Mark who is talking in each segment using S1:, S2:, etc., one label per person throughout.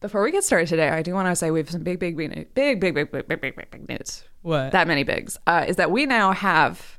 S1: Before we get started today, I do want to say we have some big, big, big, news- big, big, big, big, big, big, big, big news.
S2: What?
S1: That many bigs uh, is that we now have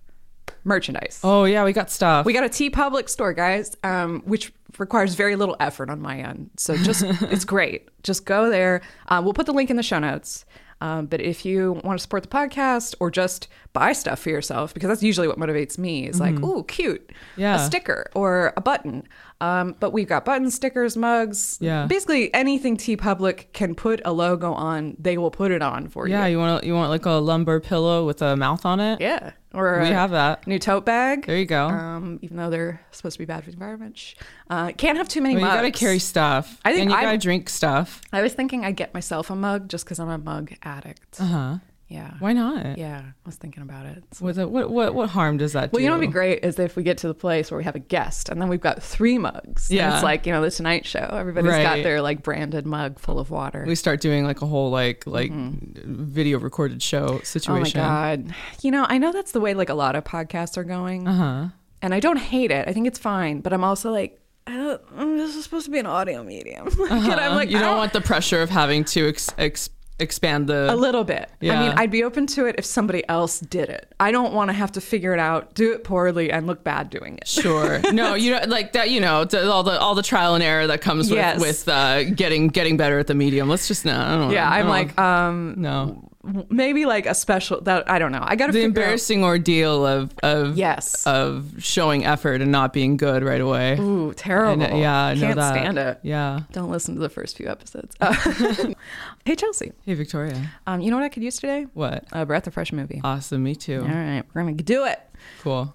S1: merchandise.
S2: oh yeah, we got stuff.
S1: We got a T Public store, guys, um, which requires very little effort on my end. So just, it's great. Just go there. Uh, we'll put the link in the show notes. Um, but if you want to support the podcast or just buy stuff for yourself, because that's usually what motivates me, is like, ooh, cute,
S2: Mm-hmm. Yeah.
S1: a sticker or a button. Um, but we've got buttons, stickers, mugs,
S2: Yeah.
S1: basically anything T Public can put a logo on, they will put it on for
S2: yeah,
S1: you.
S2: you want you want like a lumber pillow with a mouth on it.
S1: Yeah, or
S2: We
S1: a
S2: have that.
S1: new tote bag.
S2: There you go.
S1: um, even though they're supposed to be bad for the environment. Shh. Uh, can't have too many
S2: But you
S1: mugs.
S2: gotta carry stuff.
S1: I think
S2: and you
S1: I'm-
S2: gotta drink stuff.
S1: I was thinking I'd get myself a mug just because I'm a mug addict.
S2: Uh huh.
S1: Yeah.
S2: Why not?
S1: Yeah. I was thinking about it.
S2: What, what what what harm does that
S1: Well,
S2: do?
S1: you know what would be great is if we get to the place where we have a guest and then we've got three mugs. And
S2: Yeah.
S1: it's like, you know, the Tonight Show. Everybody's got
S2: Right.
S1: their like branded mug full of water.
S2: we start doing like a whole like like video recorded show
S1: Mm-hmm. oh my
S2: situation.
S1: God. You know, I know that's the way like a lot of podcasts are going.
S2: Uh huh.
S1: And I don't hate it. I think it's fine. But I'm also like, I don't, mm, this is supposed to be an audio medium. Like, and I'm like,
S2: Uh-huh. Um, you
S1: I
S2: don't want the pressure of having to ex- ex- expand the
S1: A little bit. I mean,
S2: Yeah.
S1: I'd be open to it if somebody else did it. I don't want to have to figure it out, do it poorly, and look bad doing it.
S2: Sure. No, you know, like that. You know, to all the all the trial and error that comes with
S1: Yes.
S2: with uh, getting getting better at the medium. Let's just no. I don't wanna-
S1: Yeah,
S2: I
S1: I'm
S2: don't
S1: like,
S2: wanna-
S1: um,
S2: no.
S1: w- maybe like a special that I don't know. I got to
S2: The
S1: figure
S2: embarrassing ordeal of of
S1: Yes.
S2: of showing effort and not being good right away.
S1: out. Ooh,
S2: I
S1: terrible.
S2: know- yeah, I know
S1: can't
S2: that.
S1: stand it.
S2: Yeah.
S1: Don't listen to the first few episodes. Uh, hey Chelsea,
S2: Hey, Victoria.
S1: um, you know what I could use today?
S2: What?
S1: A Breath of Fresh movie.
S2: Awesome. Me too.
S1: All right, we're gonna do it.
S2: Cool.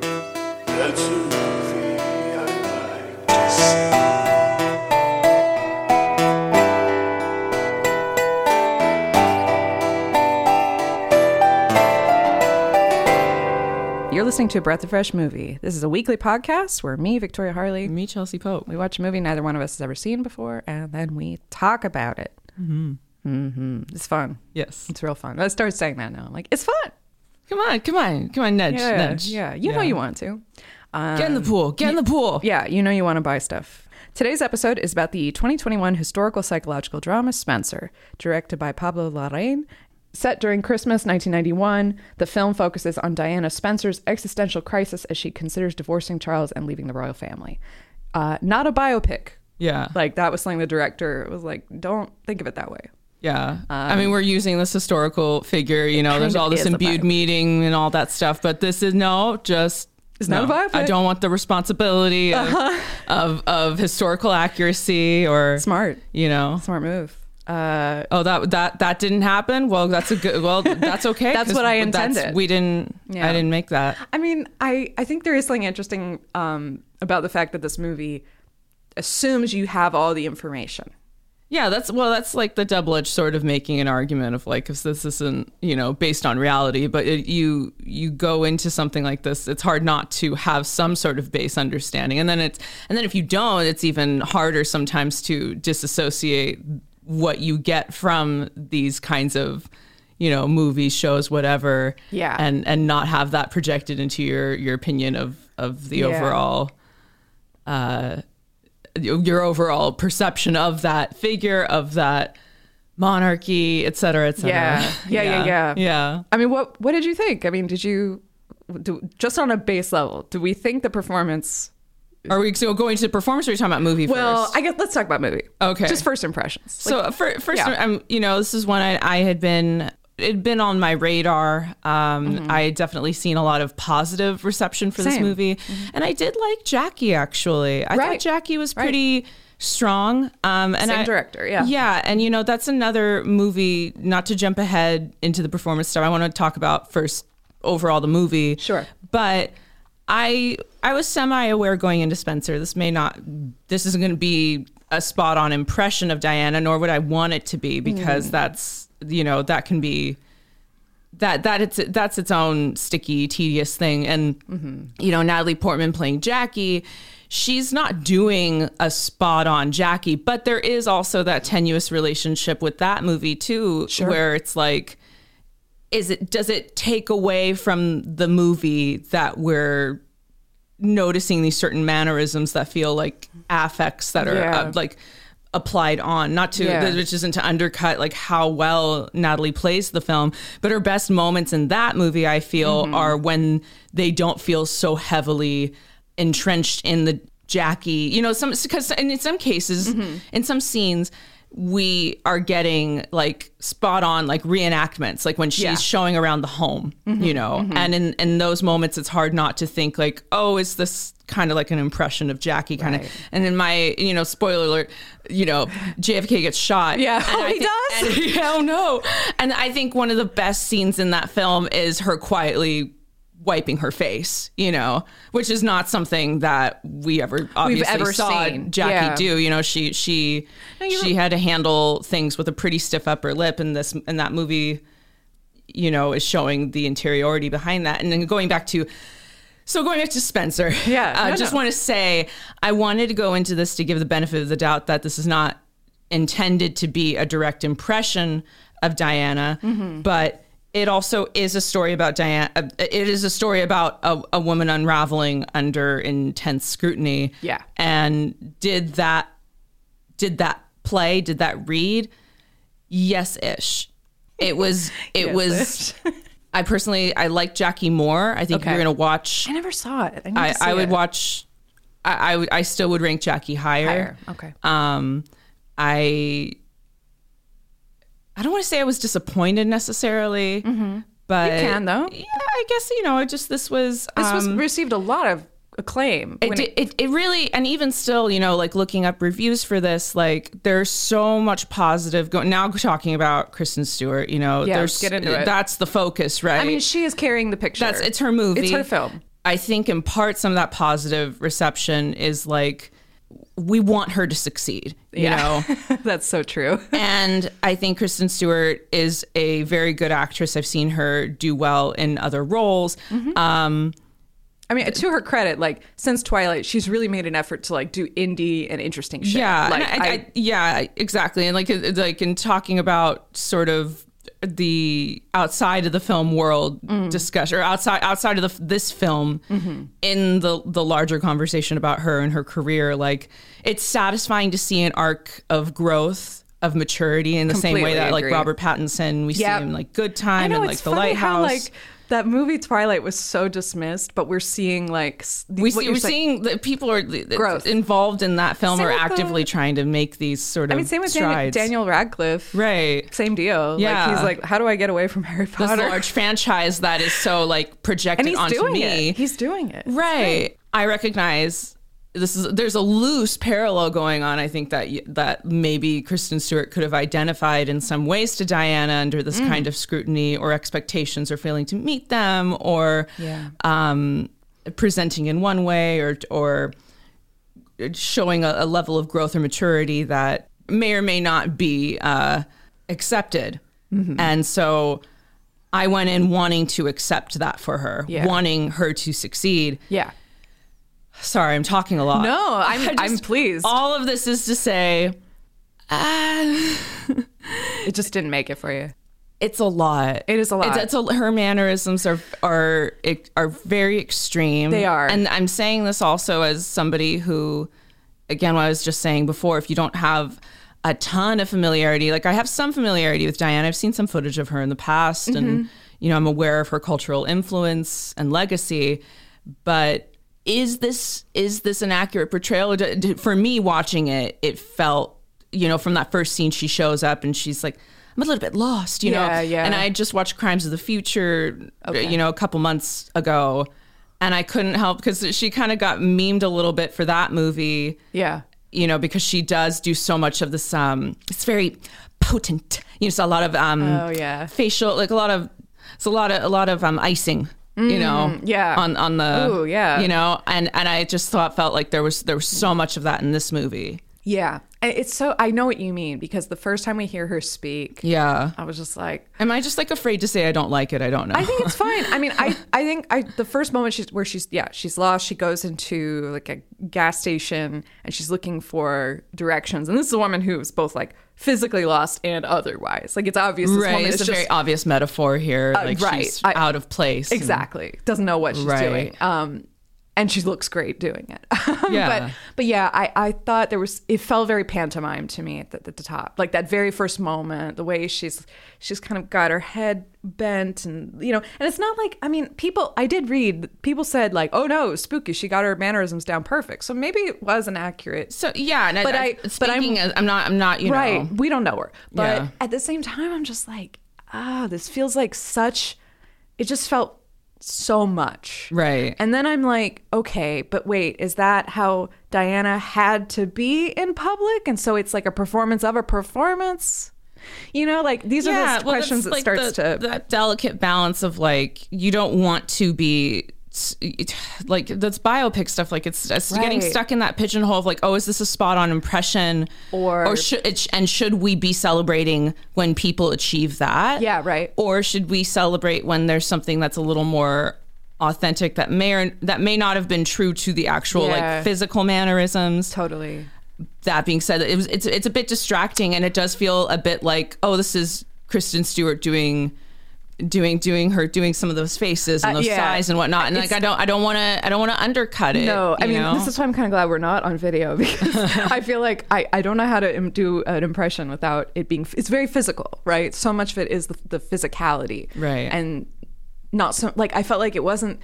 S3: That's a movie I like to see.
S1: You're listening to a Breath of Fresh movie. This is a weekly podcast where me, Victoria Harley,
S2: Me, Chelsea Pope.
S1: We watch a movie neither one of us has ever seen before, and then we talk about it. Mm-hmm. It's fun.
S2: Yes.
S1: It's real fun. I started saying that now. I'm like, it's fun.
S2: Come on. Come on. Come on. Nudge.
S1: Yeah,
S2: nudge.
S1: yeah. Oh. You know you want to. Um,
S2: Get in the pool. Get in the pool.
S1: Yeah, you know you want to buy stuff. Today's episode is about the 2021 historical psychological drama Spencer, directed by Pablo Larraín. Set during Christmas 1991, the film focuses on Diana Spencer's existential crisis as she considers divorcing Charles and leaving the royal family. Uh, not a biopic,
S2: Yeah.
S1: like that was something the director was like don't think of it that way
S2: Yeah. I mean, we're using this historical figure, you know, there's
S1: kind of
S2: all this
S1: Um, is a
S2: imbued
S1: biopic.
S2: meeting and all that stuff, but this is no, just.
S1: It's not
S2: no.
S1: a Uh-huh. biopic.
S2: I don't want the responsibility of, of, of historical accuracy or,
S1: smart
S2: you know,
S1: smart move uh
S2: oh, that, that, that didn't happen. Well, that's a good, well, that's okay.
S1: That's
S2: 'cause
S1: what I
S2: that's-
S1: intended.
S2: we didn't,
S1: Yeah.
S2: I didn't make that.
S1: i mean i i think there is something interesting um about the fact that this movie assumes you have all the information
S2: Yeah, that's well, that's like the double edged sword of making an argument of like, if this isn't you know based on reality, but it, you you go into something like this, it's hard not to have some sort of base understanding, and then it's and then if you don't, it's even harder sometimes to disassociate what you get from these kinds of you know movies, shows, whatever,
S1: Yeah.
S2: and and not have that projected into your your opinion of of the
S1: Yeah.
S2: overall uh, your overall perception of that figure of that monarchy et cetera et cetera
S1: Yeah. Yeah, yeah, yeah.
S2: yeah yeah
S1: i mean what what did you think i mean did you do, just on a base level do we think the performance
S2: are we so going to the performance or are we talking about movie
S1: well
S2: first
S1: i guess let's talk about movie
S2: Okay.
S1: just first impressions Like,
S2: so uh, fir- first
S1: yeah.
S2: um, you know this is one i, I had been it had been on my radar um, i had definitely seen a lot of positive reception for this
S1: Mm-hmm. Same. Mm-hmm.
S2: movie and i did like jackie actually i
S1: Right.
S2: thought jackie was pretty strong um, and
S1: Same
S2: I-
S1: director, yeah.
S2: yeah and you know that's another movie not to jump ahead into the performance stuff i want to talk about first overall the movie
S1: Sure.
S2: but I I was semi aware going into Spencer. This may not this isn't going to be a spot on impression of Diana, nor would I want it to be because that's you know that can be that that it's that's its own sticky tedious thing and you know Natalie Portman playing Jackie she's not doing a spot on Jackie but there is also that tenuous relationship with that movie too where it's like is it does it take away from the movie that we're noticing these certain mannerisms that feel like affects that are
S1: Yeah.
S2: uh, like applied on not to
S1: Yeah.
S2: which isn't to undercut like how well Natalie plays the film but her best moments in that movie I feel are when they don't feel so heavily entrenched in the Jackie you know some because and in some cases in some scenes we are getting like spot on like reenactments like when she's
S1: Yeah. Mm-hmm,
S2: showing around the home you know and in in those moments it's hard not to think like oh is this kind of like an impression of Jackie kind
S1: Right.
S2: of and in my you know spoiler alert you know JFK gets shot
S1: Yeah.
S2: and
S1: Oh,
S2: I
S1: he
S2: think- and, yeah, oh no and I think one of the best scenes in that film is her quietly wiping her face you know which is not something that we ever obviously
S1: ever
S2: saw
S1: seen.
S2: Jackie
S1: Yeah.
S2: do you know she she she had to handle things with a pretty stiff upper lip in this in that movie you know is showing the interiority behind that and then going back to so going back to spencer
S1: Yeah,
S2: i
S1: no,
S2: just
S1: no.
S2: want to say i wanted to go into this to give the benefit of the doubt that this is not intended to be a direct impression of diana
S1: Mm-hmm.
S2: but it also is a story about diana uh, it is a story about a, a woman unraveling under intense scrutiny
S1: Yeah.
S2: and did that did that play did that read yes ish it was it was i personally i like jackie more i think if
S1: Okay.
S2: you're gonna watch
S1: I never saw it. I, need
S2: i,
S1: to see
S2: I would
S1: it.
S2: watch I, I would- i still would rank jackie higher,
S1: Higher. Okay.
S2: um i i don't want to say i was disappointed necessarily but
S1: Mm-hmm. You can, though.
S2: yeah i guess you know I just this was
S1: this was
S2: um,
S1: received a lot of acclaim.
S2: it,
S1: when
S2: did, it it really and even still you know like looking up reviews for this like there's so much positive going now talking about Kristen Stewart you know
S1: Yeah,
S2: there's
S1: let's get into it.
S2: that's the focus right
S1: I mean, she is carrying the picture.
S2: that's it's her movie
S1: It's her film.
S2: I think in part some of that positive reception is like we want her to succeed you know
S1: that's so true.
S2: and I think Kristen Stewart is a very good actress I've seen her do well in other roles
S1: Mm-hmm. I mean, to her credit, like since Twilight, she's really made an effort to like do indie and interesting shit.
S2: Yeah,
S1: like
S2: and I- I- yeah, exactly. And like, it- like in talking about sort of the outside of the film world
S1: Mm-hmm.
S2: discussion, or outside outside of the, this film, in the the larger conversation about her and her career, like it's satisfying to see an arc of growth. Of maturity in the same way
S1: Completely
S2: that, like
S1: agree.
S2: Robert Pattinson, we
S1: Yep.
S2: see him like Good
S1: I
S2: Time
S1: know
S2: and
S1: it's
S2: like The
S1: funny
S2: Lighthouse.
S1: how like that movie Twilight was so dismissed, but we're seeing like s-
S2: we
S1: what
S2: see,
S1: you're
S2: we're
S1: saying-
S2: seeing that people are th- th-
S1: Growth.
S2: involved in that film
S1: Same
S2: are
S1: with the-
S2: actively trying to make these sort of
S1: I mean, same with Daniel,
S2: strides.
S1: Daniel Radcliffe.
S2: right?
S1: Same deal.
S2: Yeah.
S1: Like, he's like, how do I get away from Harry
S2: this
S1: Potter?
S2: large franchise that is so like projected
S1: and he's
S2: onto
S1: doing
S2: me.
S1: it. He's doing it.
S2: right. I recognize this is there's a loose parallel going on. I think that y- that maybe Kristen Stewart could have identified in some ways to Diana under this
S1: Mm.
S2: kind of scrutiny or expectations or failing to meet them or
S1: Yeah.
S2: um, presenting in one way or or showing a, a level of growth or maturity that may or may not be uh, accepted.
S1: Mm-hmm.
S2: And so I went in wanting to accept that for her,
S1: Yeah.
S2: wanting her to succeed.
S1: Yeah.
S2: Sorry, I'm talking a lot.
S1: No, I'm-
S2: I
S1: I'm pleased.
S2: All of this is to say uh,
S1: It just didn't make it for you.
S2: it's a lot.
S1: It is a lot.
S2: It's, it's a, her mannerisms are are are very extreme.
S1: They are.
S2: and I'm saying this also as somebody who, again, what I was just saying before, if you don't have a ton of familiarity, like I have some familiarity with Diana. I've seen some footage of her in the past,
S1: Mm-hmm.
S2: and you know, I'm aware of her cultural influence and legacy, but. Is this is this an accurate portrayal? D- d- For me, watching it, it felt you know from that first scene she shows up and she's like, I'm a little bit lost, you
S1: Yeah,
S2: know,
S1: yeah.
S2: and I I just watched Crimes of the Future, you know, a couple months ago, and I couldn't help because she kind of got memed a little bit for that movie,
S1: Yeah.
S2: you know, because she does do so much of this. Um, it's very potent. You know, it's a lot of um,
S1: Oh, yeah.
S2: facial, like a lot of, it's a lot of a lot of um icing. You know,
S1: yeah.
S2: on on the,
S1: Mm. Ooh, yeah.
S2: you know, and and I just thought felt like there was there was so much of that in this movie.
S1: Yeah. And It's so, I know what you mean because the first time we hear her speak,
S2: Yeah,
S1: I was just like,
S2: am I just like afraid to say I don't like it? I don't know.
S1: I think it's fine. I mean, I, I think I the first moment she's where she's yeah she's lost. She goes into like a gas station and she's looking for directions. And this is a woman who's both like physically lost and otherwise. Like it's obvious this
S2: Right,
S1: woman
S2: it's,
S1: is
S2: a
S1: just Uh,
S2: very obvious metaphor here. like
S1: right,
S2: she's
S1: I-
S2: out of place. and-
S1: exactly doesn't know what she's
S2: Right.
S1: doing. Um, and she looks great doing it.
S2: Yeah.
S1: but but yeah, I, I thought there was it felt very pantomime to me at the, at the top, like that very first moment, the way she's she's kind of got her head bent and you know, and it's not like I mean people I did read people said like oh no spooky she got her mannerisms down perfect, so maybe it was an accurate
S2: So yeah, and
S1: But
S2: I,
S1: I-
S2: I,
S1: but I'm-
S2: speaking as- I'm not, I'm not, you
S1: right
S2: know,
S1: we don't know her but
S2: Yeah.
S1: at the same time i'm just like ah this feels like such it just felt so much
S2: Right.
S1: and then i'm like okay but wait is that how diana had to be in public and so it's like a performance of a performance you know like these are the
S2: well,
S1: questions that
S2: that's like
S1: starts
S2: the-
S1: to
S2: that delicate balance of like you don't want to be it- like that's biopic stuff like it's, it's getting
S1: Right.
S2: stuck in that pigeonhole of like oh is this a spot on impression
S1: Or-
S2: or should it, and should we be celebrating when people achieve that
S1: Yeah, right.
S2: or should we celebrate when there's something that's a little more authentic that may or that may not have been true to the actual
S1: Yeah.
S2: like physical mannerisms
S1: totally
S2: that being said, it was it's it's a bit distracting and it does feel a bit like oh this is Kristen Stewart doing doing doing her doing some of those faces and
S1: Uh,
S2: those
S1: yeah.
S2: sighs and whatnot and like I don't I don't want to I don't want to undercut it.
S1: No, I
S2: you
S1: mean
S2: know?
S1: this is why I'm kind of glad we're not on video because I feel like I, I don't know how to im- do an impression without it being it's very physical, right? So much of it is the, the physicality,
S2: Right.
S1: And not so like I felt like it wasn't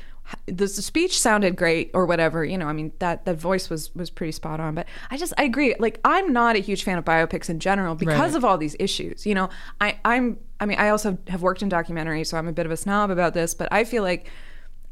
S1: the, the speech sounded great or whatever, you know. I mean that that voice was was pretty spot on, but I just I agree. Like I'm not a huge fan of biopics in general because
S2: Right.
S1: of all these issues. You know, I I'm I mean I also have worked in documentary, so I'm a bit of a snob about this, but I feel like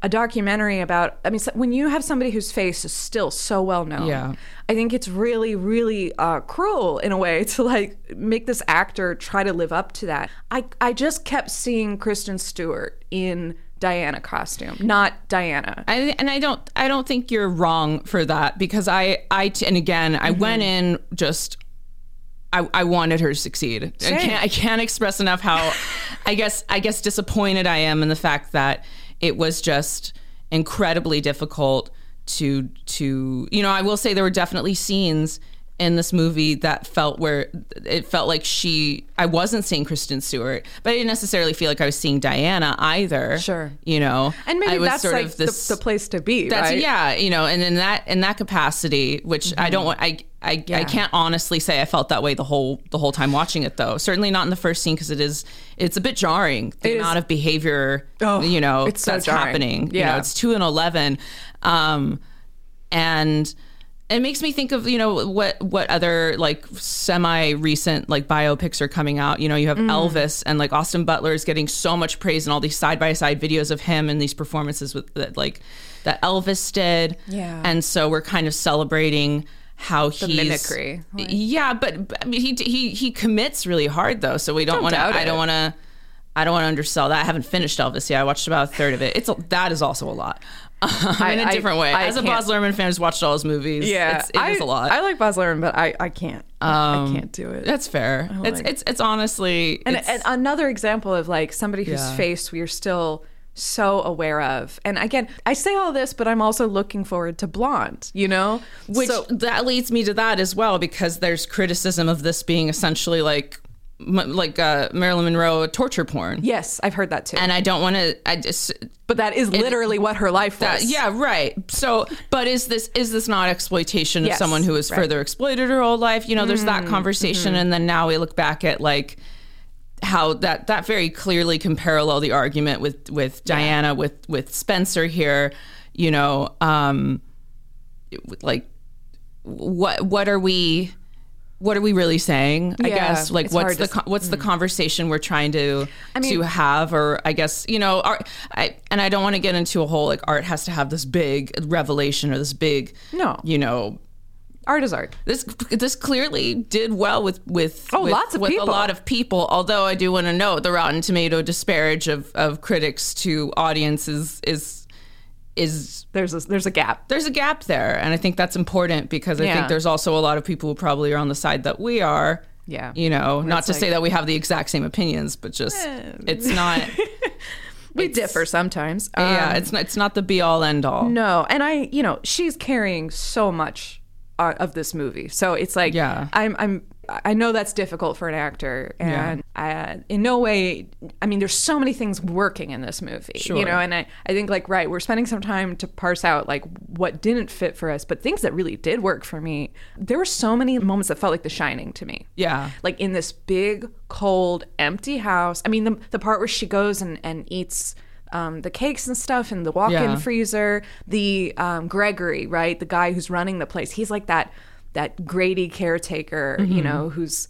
S1: a documentary about i mean so- when you have somebody whose face is still so well known
S2: Yeah.
S1: i think it's really really uh, cruel in a way to like make this actor try to live up to that i i just kept seeing kristen stewart in diana costume not diana
S2: I, and I don't I don't think you're wrong for that because I I t- and again
S1: Mm-hmm.
S2: I went in just I, I wanted her to succeed. I can't I can't express enough how I guess I guess disappointed I am in the fact that it was just incredibly difficult to to you know I will say there were definitely scenes in this movie that felt where it felt like she I wasn't seeing Kristen Stewart but I didn't necessarily feel like I was seeing Diana either
S1: Sure.
S2: you know
S1: and maybe
S2: I was
S1: that's
S2: sort
S1: like
S2: of this,
S1: the, the place to be
S2: that's
S1: right
S2: yeah you know and in that in that capacity which i
S1: Mm-hmm.
S2: don't want i I, I can't honestly say I felt that way the whole the whole time watching it though. Certainly not in the first scene because it is it's a bit jarring the
S1: It is-
S2: amount of behavior
S1: Oh,
S2: you know
S1: it's so
S2: that's
S1: jarring.
S2: happening. You
S1: Yeah.
S2: know, it's two and eleven, um, and it makes me think of you know what what other like semi recent like biopics are coming out. You know, you have
S1: Mm.
S2: Elvis and like Austin Butler is getting so much praise and all these side by side videos of him and these performances with that like that Elvis did.
S1: Yeah.
S2: and so we're kind of celebrating how the he's
S1: mimicry, like-
S2: yeah, but, but I mean, he he he commits really hard though, so we don't, want to.
S1: doubt
S2: I don't
S1: it.
S2: want to. I don't want to undersell that. I haven't finished Elvis yet. I watched about a third of it. It's a, that is also a lot. in a
S1: I-
S2: different way.
S1: I
S2: As a
S1: can't-
S2: Boz Lerman fan who's watched all his movies,
S1: yeah
S2: it's, it is
S1: I,
S2: a lot. Um,
S1: i like baz luhrmann but i i can't i can't do it
S2: That's fair. It's,
S1: like-
S2: it's it's honestly
S1: and,
S2: it's,
S1: and another example of like somebody whose
S2: Yeah.
S1: face we are still so aware of and again i say all this but i'm also looking forward to blonde you know
S2: which that leads me to that as well because there's criticism of this being essentially like m- like uh, Marilyn Monroe torture porn.
S1: yes i've heard that too
S2: And I don't want to. I just
S1: but that is literally what her life
S2: Uh,
S1: was
S2: yeah, right. So, but is this is this not exploitation
S1: Yes,
S2: of someone who is
S1: right. Mm-hmm.
S2: further exploited her whole life? You know, there's that conversation, and then now we look back at like how that that very clearly can parallel the argument with with Diana with with Spencer here. You know, um, like what what are we what are we really saying? I
S1: Yeah,
S2: guess like
S1: it's
S2: what's
S1: hard
S2: the
S1: to
S2: con- what's the conversation we're trying to to have, or I guess you know, art, I and I don't want to get into a whole like art has to have this big revelation or this big
S1: No.
S2: you know.
S1: art is art
S2: This this clearly did well with with
S1: Oh,
S2: with,
S1: lots of
S2: with
S1: people.
S2: a lot of people. Although I do want to note the Rotten Tomato disparage of, of critics to audiences is is
S1: there's a there's a gap
S2: there's a gap there and i think that's important because i
S1: Yeah.
S2: think there's also a lot of people who probably are on the side that we are
S1: Yeah.
S2: you know not
S1: it's
S2: to
S1: like-
S2: say that we have the exact same opinions but just it's not
S1: we differ sometimes
S2: yeah
S1: Um,
S2: it's not it's not the be all end all
S1: No, and I, you know, she's carrying so much uh, of this movie, so it's like,
S2: Yeah.
S1: I'm, I'm, I know that's difficult for an actor, and uh, in no way. I mean, there's so many things working in this movie, you
S2: Sure.
S1: know. And I, I think like right, we're spending some time to parse out like what didn't fit for us, but things that really did work for me. There were so many moments that felt like The Shining to me.
S2: Yeah.
S1: like in this big, cold, empty house. I mean, the the part where she goes and and eats. Um, the cakes and stuff in the walk-in
S2: Yeah.
S1: freezer. The um, Gregory, right, the guy who's running the place, he's like that that Grady caretaker,
S2: Mm-hmm.
S1: you know, who's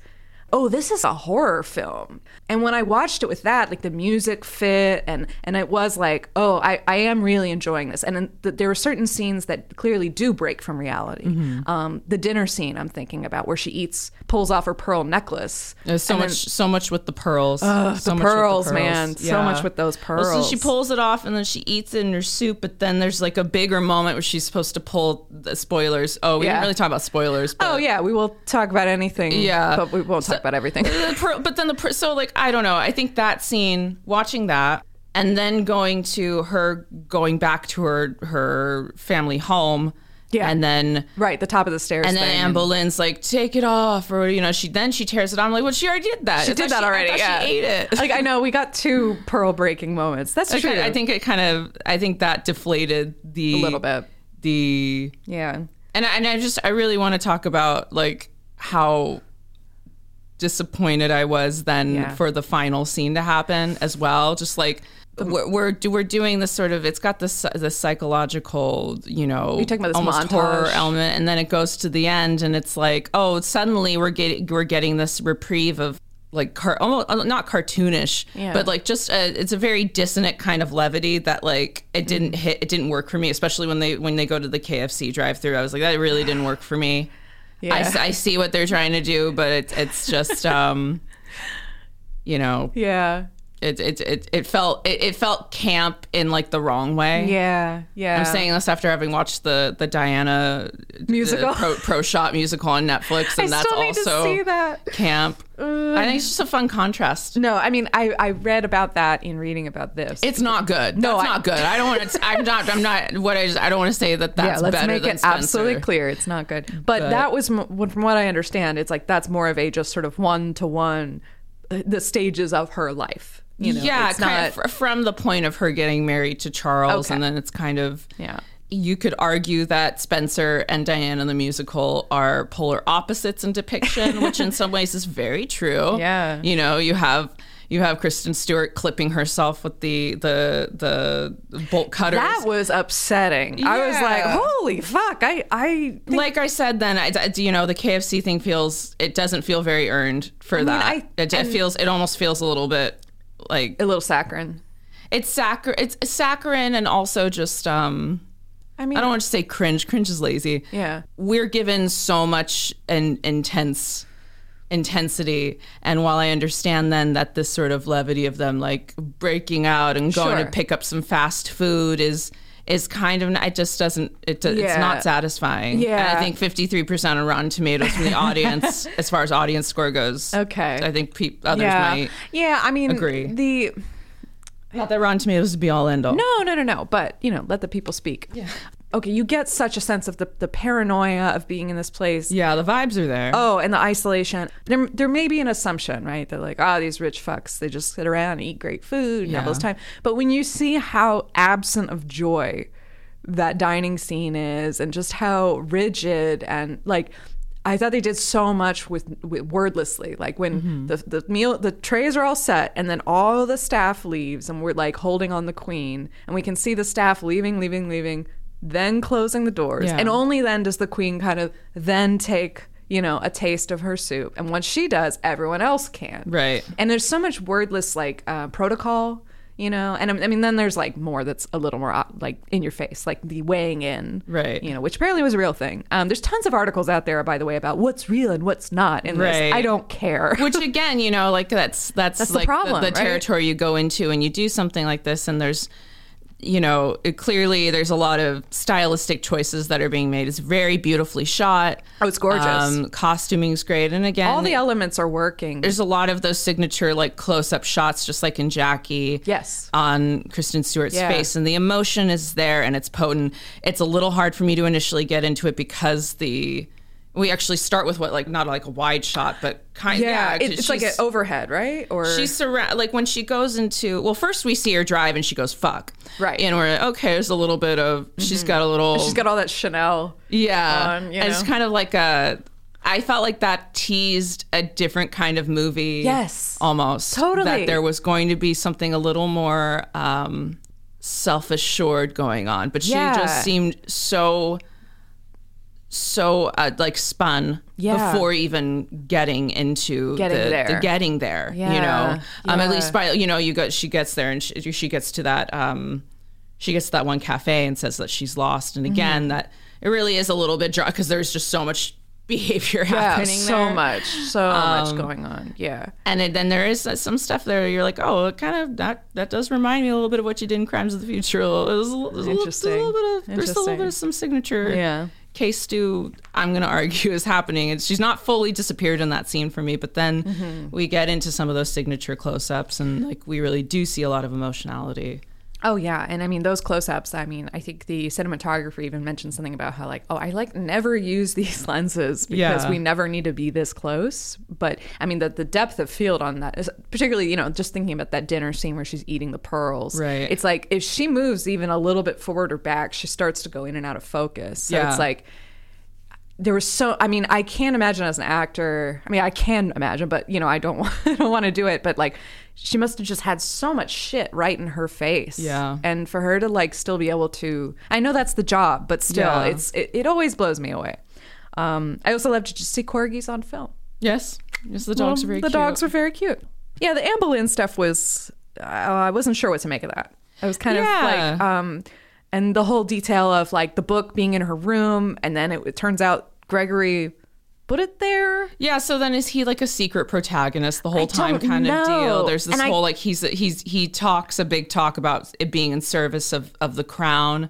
S1: oh, this is a horror film. And when I watched it with that, like the music fit, and and it was like, oh, I, I am really enjoying this. And then th- there were certain scenes that clearly do break from reality.
S2: Mm-hmm.
S1: Um, the dinner scene I'm thinking about, where she eats, pulls off her pearl necklace.
S2: There's so
S1: and then-
S2: much, so much with the pearls. so
S1: the
S2: much with
S1: pearls, man. So much with those
S2: Well, so she
S1: pearls.
S2: pulls it off and then she eats it in her soup. But then there's like a bigger moment where she's supposed to pull the spoilers. Oh, we
S1: Yeah.
S2: didn't really talk about spoilers. But
S1: Oh yeah, we will talk about anything.
S2: Yeah.
S1: but we won't talk about everything.
S2: Oh, the pro- but then the pro- so like I don't know. I think that scene, watching that, and then going to her going back to her her family home.
S1: Yeah.
S2: and then
S1: Right, the top of the stairs.
S2: and then
S1: thing.
S2: Anne Boleyn's like, take it off, or you know, she then she tears it on. I'm like, well, she already did that.
S1: She
S2: I
S1: did
S2: thought
S1: that already.
S2: I
S1: yeah,
S2: thought she ate it.
S1: like I know we got two pearl breaking moments. That's
S2: I,
S1: true.
S2: kind I think it kind of I think that deflated the
S1: A little bit.
S2: the
S1: Yeah.
S2: and I, and I just I really want to talk about like how disappointed I was then
S1: Yeah.
S2: for the final scene to happen as well. Just like we're we're, do- we're doing this sort of it's got this the psychological you know
S1: talking about this
S2: almost horror
S1: montage?
S2: element, and then it goes to the end and it's like oh suddenly we're getting we're getting this reprieve of. Like car, almost uh, not cartoonish,
S1: Yeah.
S2: but like just a, it's a very dissonant kind of levity that like it didn't hit, it didn't work for me, especially when they when they go to the KFC drive-through. I was like, that really didn't work for me. I, s- I see what they're trying to do, but it's it's just um, you know,
S1: Yeah.
S2: it it it, it felt it, it felt camp in like the wrong way.
S1: Yeah. Yeah.
S2: I'm saying this after having watched the the Diana the
S1: Musical.
S2: pro, pro shot musical on Netflix, and
S1: I
S2: that's
S1: still need to
S2: also
S1: see that.
S2: camp. I think it's just a fun contrast.
S1: No, I mean I, I read about that in reading about this.
S2: It's not good. No,
S1: I-
S2: it's not good. I don't want to. I'm not. I'm not. What I just. I don't want to say that that's
S1: yeah, let's
S2: better
S1: make
S2: than
S1: it
S2: Spencer.
S1: absolutely clear it's not good. But, that was m- what- from what I understand. It's like that's more of a just sort of one to one, the stages of her life. You know,
S2: yeah,
S1: it's
S2: kind
S1: not.
S2: of fr- from the point of her getting married to Charles,
S1: Okay.
S2: and then it's kind of
S1: Yeah.
S2: You could argue that Spencer and Diana the musical are polar opposites in depiction, which in some ways is very true.
S1: Yeah.
S2: you know, you have you have Kristen Stewart clipping herself with the the the bolt cutters.
S1: that was upsetting. I was like,
S2: Yeah.
S1: holy fuck! I I think
S2: like I said, then I, I- you know the KFC thing feels it doesn't feel very earned for that.
S1: I-
S2: it, it feels it almost feels a little bit like
S1: a little saccharine.
S2: it's saccharine. It's saccharine and also just um.
S1: I mean,
S2: I don't want to say cringe. Cringe is lazy.
S1: Yeah.
S2: We're given so much and intense intensity and while I understand then that this sort of levity of them like breaking out and going
S1: Sure.
S2: to pick up some fast food is is kind of it just doesn't it do, it's
S1: Yeah.
S2: not satisfying. And
S1: Yeah.
S2: I think 53% on Rotten Tomatoes from the audience as far as audience score goes.
S1: Okay.
S2: I think pe- others
S1: yeah,
S2: might
S1: yeah. I mean,
S2: agree.
S1: the
S2: not that Rotten Tomatoes would be all end all.
S1: No, no, no, no. But you know, let the people speak. Yeah. Okay, you get such a sense of the the paranoia of being in this place.
S2: Yeah, the vibes are there.
S1: Oh, and the isolation. There, there may be an assumption, right? That like, ah, these rich fucks, they just sit around and eat great food and have
S2: Yeah.
S1: all this time. But when you see how absent of joy that dining scene is, and just how rigid and like. I thought they did so much with, with wordlessly, like when the the meal the trays are all set, and then all the staff leaves, and we're like holding on the queen, and we can see the staff leaving, leaving, leaving, then closing the doors,
S2: Yeah.
S1: and only then does the queen kind of then take you know a taste of her soup and once she does everyone else can
S2: Right.
S1: and there's so much wordless like uh, protocol you know and um, I mean then there's like more that's a little more uh, like in your face like the weighing in
S2: Right.
S1: you know which apparently was a real thing um, there's tons of articles out there by the way about what's real and what's not in this
S2: Right.
S1: i don't care
S2: Which again, you know, like that's that's,
S1: That's the
S2: like
S1: problem,
S2: the,
S1: right?
S2: territory you go into when you do something like this, and there's, you know, it, clearly there's a lot of stylistic choices that are being made. It's very beautifully shot.
S1: Oh, it's gorgeous.
S2: costuming's great, um, and again,
S1: all the elements are working
S2: there's a lot of those signature like close-up shots, just like in Jackie.
S1: Yes.
S2: on Kristen Stewart's
S1: Yeah.
S2: face, and the emotion is there, and it's potent. It's a little hard for me to initially get into it because the we actually start with what like not like a wide shot, but kind
S1: Yeah,
S2: yeah,
S1: it- it's like an
S2: she's-
S1: overhead, right? Or
S2: She's surround like when she goes into well, first we see her drive and she goes fuck
S1: Right. Mm-hmm.
S2: and we're like, okay. There's a little bit of she's got a little
S1: she's got all that Chanel.
S2: yeah.
S1: um, you
S2: And It's
S1: know.
S2: kind of like a I felt like that teased a different kind of movie.
S1: Yes.
S2: almost
S1: Totally.
S2: that there was going to be something a little more um, self assured going on, but she
S1: Yeah.
S2: just seemed so so uh, like spun
S1: Yeah.
S2: before even getting into
S1: Getting
S2: the,
S1: there.
S2: the getting there you
S1: Yeah.
S2: know um at
S1: Yeah.
S2: least by you know you go she gets there and she, she gets to that um she gets to that one cafe and says that she's lost and again that it really is a little bit dry because there's just so much behavior
S1: Yeah,
S2: happening
S1: so
S2: there.
S1: much, so much going on. Yeah,
S2: and it, then there is uh, some stuff there you're like oh it kind of that that does remind me a little bit of what you did in crimes of the future It was a little- there's a little, there's a
S1: Interesting.
S2: little bit of there's a little
S1: Interesting.
S2: bit of some signature
S1: Yeah.
S2: case to i'm gonna argue is happening and she's not fully disappeared in that scene for me but then we get into some of those signature close-ups and like we really do see a lot of emotionality
S1: Oh yeah, and I mean those close-ups. I mean, I think the cinematographer even mentioned something about how like, oh, I like never use these lenses because
S2: Yeah.
S1: we never need to be this close. But I mean, the the depth of field on that is particularly, you know, just thinking about that dinner scene where she's eating the pearls.
S2: Right.
S1: It's like if she moves even a little bit forward or back, she starts to go in and out of focus. So
S2: Yeah.
S1: it's like there was so i mean i can't imagine as an actor i mean i can imagine but you know i don't want, I don't want to do it but like she must have just had so much shit right in her face
S2: Yeah.
S1: and for her to like still be able to i know that's the job but still
S2: Yeah.
S1: it's it, it always blows me away um i also love to just see corgis on film
S2: yes yes the dogs
S1: Well,
S2: are very
S1: the
S2: cute.
S1: dogs were very cute yeah the Anne Boleyn stuff was uh, i wasn't sure what to make of that i was kind
S2: Yeah.
S1: of like um and the whole detail of like the book being in her room and then it, it turns out gregory put it there
S2: Yeah, so then is he like a secret protagonist the whole time
S1: don't
S2: kind of
S1: know.
S2: deal? There's this
S1: And I-
S2: whole like he's he's he talks a big talk about it being in service of of the crown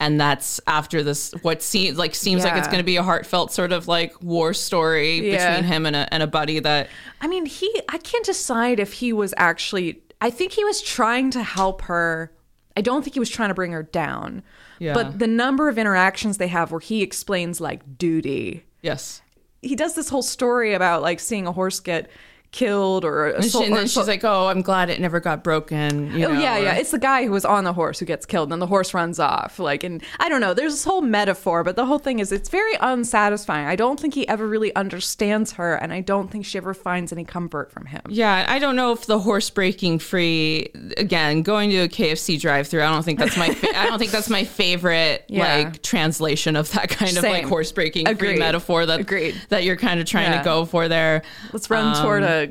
S2: and that's after this what seems like seems like it's
S1: Yeah.
S2: going to be a heartfelt sort of like war story
S1: Yeah.
S2: between him and a and a buddy that
S1: i mean he i can't decide if he was actually i think he was trying to help her i don't think he was trying to bring her down
S2: Yeah.
S1: but the number of interactions they have where he explains like duty
S2: yes.
S1: he does this whole story about like seeing a horse get killed or a
S2: And, she,
S1: sol-
S2: and
S1: or
S2: then
S1: a sol-
S2: she's like, "Oh, I'm glad it never got broken." You
S1: Oh
S2: know,
S1: yeah,
S2: or-
S1: yeah. It's the guy who was on the horse who gets killed, and then the horse runs off. Like, and I don't know. There's this whole metaphor, but the whole thing is it's very unsatisfying. I don't think he ever really understands her, and I don't think she ever finds any comfort from him.
S2: Yeah, I don't know if the horse breaking free again going to a KFC drive-through. I don't think that's my fa- I don't think that's my favorite
S1: Yeah.
S2: like translation of that kind of like
S1: Same.
S2: horse breaking free
S1: Agreed.
S2: metaphor that
S1: Agreed.
S2: that you're kind of trying
S1: Yeah.
S2: to go for there.
S1: Let's run toward a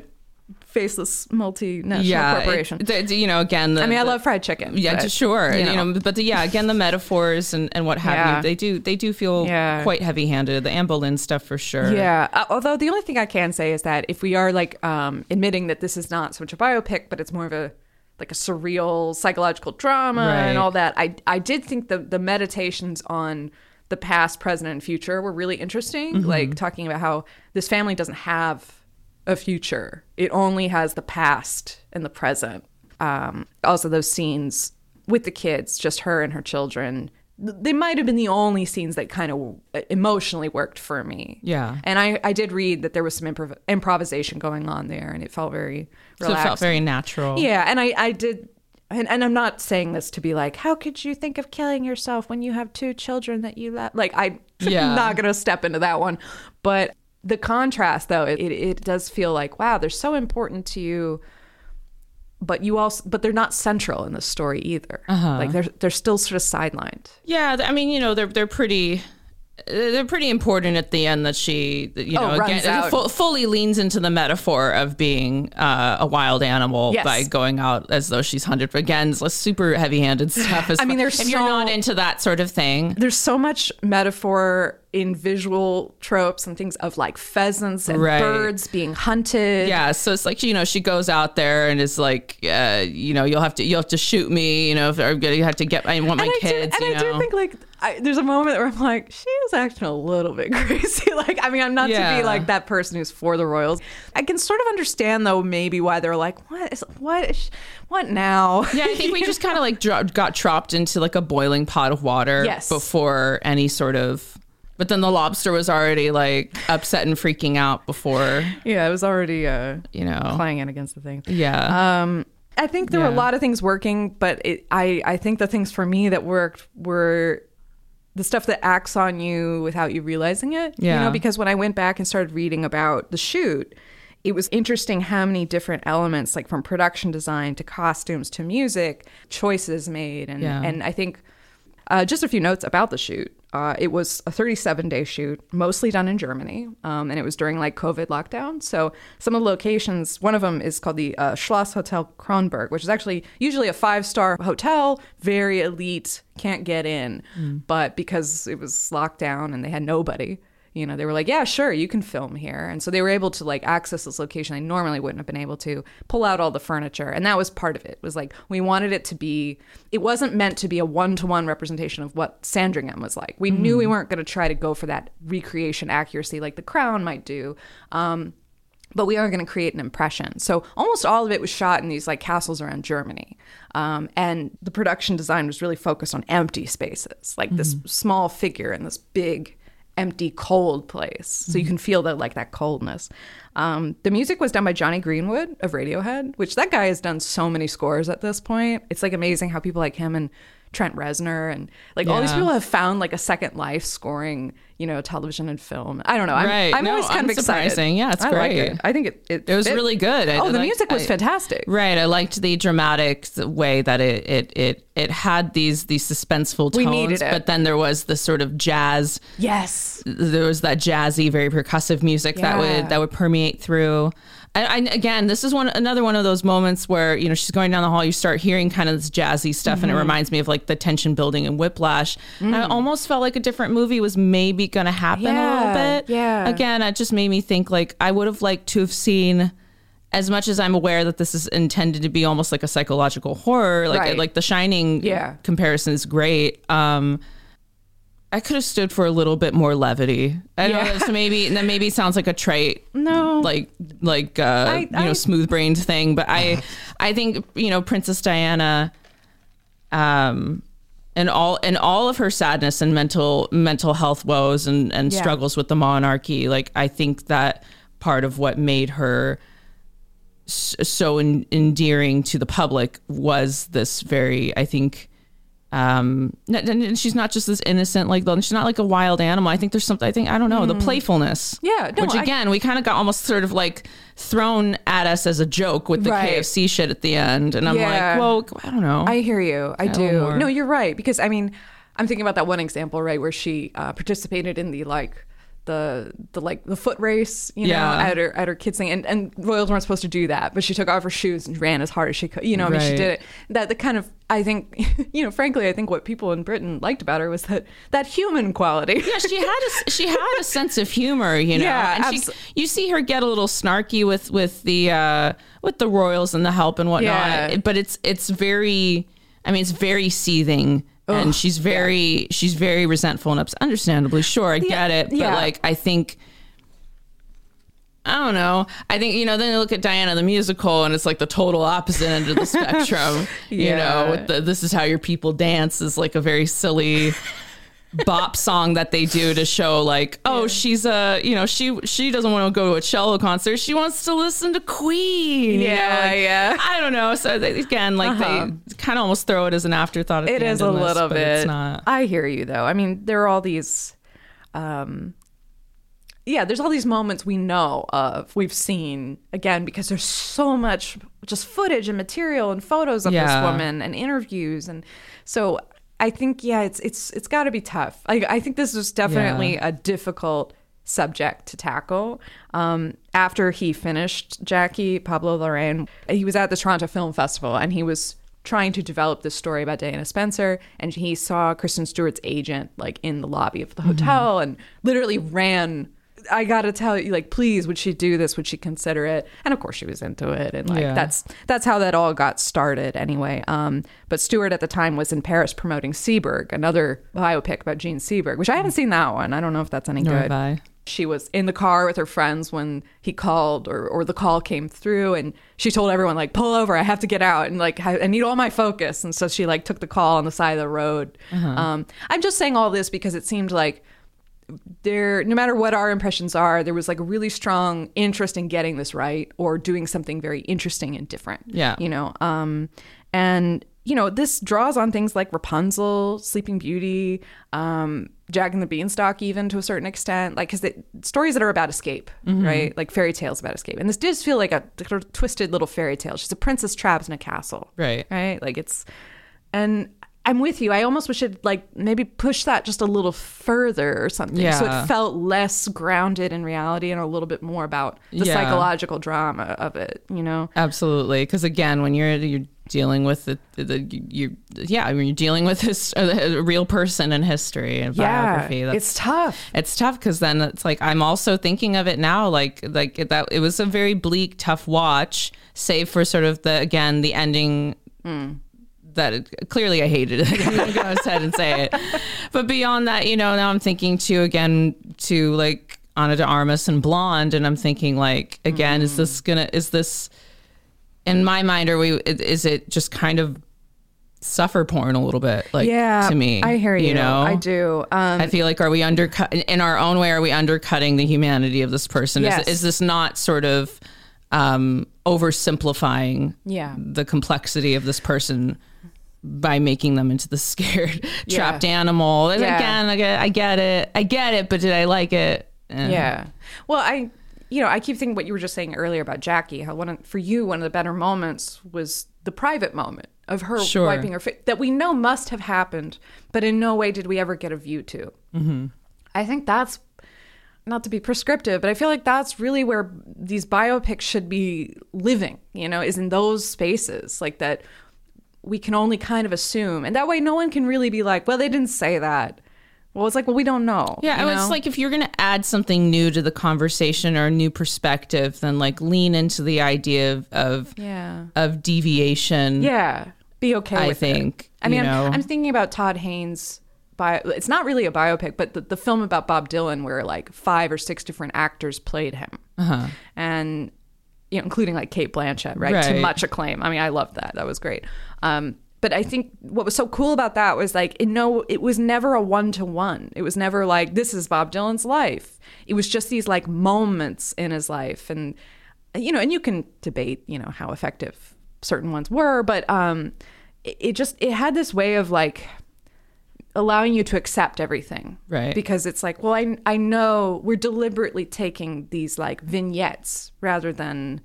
S1: faceless multinational
S2: Um, yeah, it-
S1: corporation.
S2: the- the- you know, again, the,
S1: I mean, I
S2: the-
S1: love fried chicken.
S2: yeah,
S1: but,
S2: t- sure,
S1: you
S2: you know, but the, yeah, again, the metaphors and, and what have
S1: Yeah.
S2: you, they do they do feel
S1: Yeah.
S2: quite heavy-handed. The Anne Boleyn stuff for sure.
S1: Yeah. Uh, although the only thing I can say is that if we are like um, admitting that this is not so much a biopic, but it's more of a like a surreal psychological drama and
S2: Right.
S1: all that, I I did think the the meditations on the past, present, and future were really interesting.
S2: Mm-hmm.
S1: Like talking about how this family doesn't have a future; it only has the past and the present. Um, also, those scenes with the kids, just her and her children. th- They might have been the only scenes that kind of uh, emotionally worked for me.
S2: Yeah.
S1: And I, I did read that there was some improv- improvisation going on there, and it felt very
S2: so it
S1: relaxed.
S2: felt very natural.
S1: yeah, and I, I did. And, and I'm not saying this to be like, how could you think of killing yourself when you have two children that you love? Like, I'm
S2: Yeah.
S1: not going to step into that one. But the contrast, though, it, it does feel like, wow, they're so important to you, but you also, but they're not central in the story either.
S2: Uh-huh.
S1: Like, they're, they're still sort of sidelined.
S2: Yeah, th- I mean, you know, they're they're pretty they're pretty important at the end that she that, you
S1: Oh,
S2: know
S1: runs out.
S2: fu- fully leans into the metaphor of being uh, a wild animal
S1: Yes.
S2: by going out as though she's hunted again it's like super heavy-handed stuff as
S1: I mean,
S2: far-
S1: there's
S2: if you're
S1: so-
S2: not into that sort of thing
S1: there's so much metaphor in visual tropes and things of like pheasants and
S2: Right.
S1: birds being hunted.
S2: yeah so it's like you know she goes out there and is like uh, you know you'll have to you'll have to shoot me you know if i'm gonna have to get i want my
S1: And I,
S2: kids
S1: do, and
S2: you
S1: I
S2: know
S1: do think like I, there's a moment where I'm like, she is acting a little bit crazy. like, I mean, I'm not to
S2: Yeah.
S1: be like that person who's for the Royals. I can sort of understand though maybe why they're like, what is what is, what now?
S2: Yeah, I think we just kind of like dro- got dropped into like a boiling pot of water
S1: Yes.
S2: before any sort of But then the lobster was already like upset and freaking out before,
S1: Yeah, it was already uh,
S2: you know.
S1: clanging against the thing.
S2: Yeah.
S1: Um, I think there were a
S2: Yeah.
S1: lot of things working, but it, I I think the things for me that worked were the stuff that acts on you without you realizing it. You
S2: Yeah.
S1: know, because when I went back and started reading about the shoot, it was interesting how many different elements, like from production design to costumes to music, choices made, and
S2: Yeah.
S1: and I think. Uh, just a few notes about the shoot. Uh, it was a 37 day shoot, mostly done in Germany, um, and it was during like COVID lockdown. So some of the locations, one of them is called the uh, Schloss Hotel Kronberg, which is actually usually a five star hotel, very elite, can't get in. But because it was locked down and they had nobody, you know, they were like, yeah, sure, you can film here. And so they were able to like access this location they normally wouldn't have been able to, pull out all the furniture. And that was part of it, was like, we wanted it to be, it wasn't meant to be a one to one representation of what Sandringham was like. We knew we weren't going to try to go for that recreation accuracy like The Crown might do. Um, but we are going to create an impression. So almost all of it was shot in these like castles around Germany. Um, and the production design was really focused on empty spaces, like this small figure in this big, empty, cold place. So you can feel that like that coldness. Um, the music was done by Johnny Greenwood of Radiohead, which that guy has done so many scores at this point. It's like amazing how people like him and Trent Reznor and like all these
S2: Yeah.
S1: people have found like a second life scoring, you know, television and film. I don't know. I'm,
S2: Right.
S1: I'm
S2: No,
S1: always kind
S2: I'm
S1: of excited.
S2: surprising. Yeah, it's
S1: I like
S2: great.
S1: it. I think it it,
S2: It was
S1: fit.
S2: really good. I-
S1: oh, the
S2: like-
S1: music was
S2: I-
S1: fantastic.
S2: Right, I liked the dramatic way that it it it, it had these these suspenseful tones,
S1: We needed it.
S2: but then there was the sort of jazz.
S1: Yes.
S2: There was that jazzy, very percussive music
S1: Yeah.
S2: that would that would permeate through. And, and again, this is one another one of those moments where you know she's going down the hall. You start hearing kind of this jazzy stuff,
S1: Mm-hmm.
S2: and it reminds me of like the tension building in Whiplash. And I
S1: Mm.
S2: almost felt like a different movie was maybe going to happen
S1: Yeah,
S2: a little bit.
S1: yeah.
S2: Again, again, it just made me think like I would have liked to have seen as much as I'm aware that this is intended to be almost like a psychological horror, like
S1: Right.
S2: like the shining
S1: Yeah.
S2: comparison is great. Um I could have stood for a little bit more levity. I don't
S1: Yeah.
S2: know that's maybe that maybe sounds like a trite
S1: No.
S2: like like uh you know
S1: I-
S2: smooth brained thing, but I I think, you know, Princess Diana um and all and all of her sadness and mental mental health woes and and
S1: Yeah.
S2: struggles with the monarchy like i think that part of what made her s- so en- endearing to the public was this very i think um n- n- n- she's not just this innocent like she's not like a wild animal i think there's something i think i don't know the playfulness
S1: Mm. Yeah, no,
S2: which
S1: I-
S2: again we kind of got almost sort of like thrown at us as a joke with the
S1: Right.
S2: kfc shit at the end and i'm
S1: Yeah.
S2: like well i don't know
S1: I hear you. I do.
S2: more.
S1: No, you're right because I mean, I'm thinking about that one example right where she uh, participated in the like the the like the foot race, you know,
S2: Yeah.
S1: at her at her kids thing, and and royals weren't supposed to do that, but she took off her shoes and ran as hard as she could. You know, I mean, she
S2: Right.
S1: did it. That the kind of I think, you know, frankly, I think what people in Britain liked about her was that that human quality.
S2: yeah, she had a, she had a sense of humor, you know.
S1: Yeah,
S2: and she,
S1: abso-
S2: you see her get a little snarky with with the uh, with the royals and the help and whatnot.
S1: Yeah.
S2: But it's it's very, I mean, it's very seething, and she's very she's very resentful and upset. Understandably, sure, I get it, but
S1: yeah.
S2: like I think. I don't know. I think you know. Then you look at Diana the musical, and it's like the total opposite end of the spectrum. You
S1: Yeah.
S2: know, with the, this is how your people dance is like a very silly bop song that they do to show like oh she's a you know she she doesn't want to go to a cello concert she wants to listen to queen you know,
S1: Yeah,
S2: like,
S1: yeah.
S2: i don't know so they, again like
S1: Uh-huh.
S2: they kind of almost throw it as an afterthought at
S1: It
S2: the
S1: is
S2: end
S1: a
S2: in this,
S1: little
S2: but
S1: bit.
S2: it's not
S1: I hear you though. I mean, there are all these, um, yeah, there's all these moments we know of, we've seen again because there's so much just footage and material and photos of
S2: Yeah.
S1: this woman and interviews and so I think yeah, it's it's it's got to be tough. I I think this was definitely a difficult subject to tackle. Um, after he finished Jackie, Pablo Lorraine, he was at the Toronto Film Festival and he was trying to develop this story about Diana Spencer and he saw Kristen Stewart's agent like in the lobby of the hotel and literally ran I gotta tell you, like, please, would she do this? Would she consider it? And of course, she was into it, and like
S2: Yeah.
S1: that's that's how that all got started, anyway. Um, but Stewart at the time was in Paris promoting Seberg, another biopic about Gene Seberg, which I haven't seen that one. I don't know if that's any
S2: Nor
S1: good.
S2: have I.
S1: She was in the car with her friends when he called, or or the call came through, and she told everyone like, "Pull over, I have to get out, and like I I need all my focus." And so she like took the call on the side of the road. Um, I'm just saying all this because it seemed like there no matter what our impressions are there was like a really strong interest in getting this right or doing something very interesting and different
S2: Yeah.
S1: you know um and you know this draws on things like rapunzel sleeping beauty um jack and the beanstalk even to a certain extent like because stories that are about escape
S2: Mm-hmm.
S1: right like fairy tales about escape and this does feel like a sort of twisted little fairy tale she's a princess trapped in a castle
S2: Right.
S1: right like it's and i'm with you i almost wish it like maybe push that just a little further or something so it
S2: Yeah.
S1: felt less grounded in reality and a little bit more about the
S2: Yeah.
S1: psychological drama of it you know
S2: Absolutely, because again, when you're you're dealing with the, the, you yeah, when you're dealing with this a real person in history and biography,
S1: yeah
S2: that's
S1: it's tough
S2: it's tough because then it's like I'm also thinking of it now, like like it- that. It was a very bleak, tough watch, save for sort of the again the ending.
S1: Hmm.
S2: That it, clearly I hated it. I'm gonna go ahead and say it. But beyond that, you know, now I'm thinking too again to like Anna de Armas and Blonde, and I'm thinking like again, is
S1: Hmm.
S2: this gonna is this in my mind? Are we? Is it just kind of suffer porn a little bit? Like
S1: yeah
S2: to me,
S1: i hear you,
S2: You know,
S1: i do um
S2: I feel like are we undercut in our own way? Are we undercutting the humanity of this person?
S1: Yes.
S2: Is, is this not sort of um, oversimplifying
S1: Yeah.
S2: the complexity of this person by making them into the scared,
S1: Yeah.
S2: trapped animal? There's-
S1: Yeah.
S2: Again, I get, I get it, I get it, but did I like it? Eh.
S1: Yeah. Well, I, you know, I keep thinking what you were just saying earlier about Jackie. How one of, for you, one of the better moments was the private moment of her
S2: Sure.
S1: wiping her face that we know must have happened, but in no way did we ever get a view to. Mm-hmm. I think that's not to be prescriptive, but I feel like that's really where these biopics should be living. You know, is in those spaces like that. We can only kind of assume, and that way, no one can really be like, "Well, they didn't say that." Well, it's like, well, we don't know.
S2: Yeah,
S1: you
S2: it's
S1: know?
S2: like if you're going to add something new to the conversation or a new perspective, then like lean into the idea of of,
S1: yeah.
S2: of deviation.
S1: Yeah, be okay.
S2: I
S1: with
S2: think,
S1: It. I
S2: you
S1: mean,
S2: know.
S1: I'm, I'm thinking about Todd Haynes. Bio, it's not really a biopic, but the, the film about Bob Dylan, where like five or six different actors played him,
S2: Uh-huh.
S1: and you know, including like Kate Blanchett, right? To
S2: Right.
S1: much acclaim. I mean, I loved that. That was great. Um, but I think what was so cool about that was like, it, no, it was never a one to one. It was never like this is Bob Dylan's life. It was just these like moments in his life, and you know, and you can debate, you know, how effective certain ones were, but um, it, it just it had this way of like allowing you to accept everything
S2: Right.
S1: because it's like well I, I know we're deliberately taking these like vignettes rather than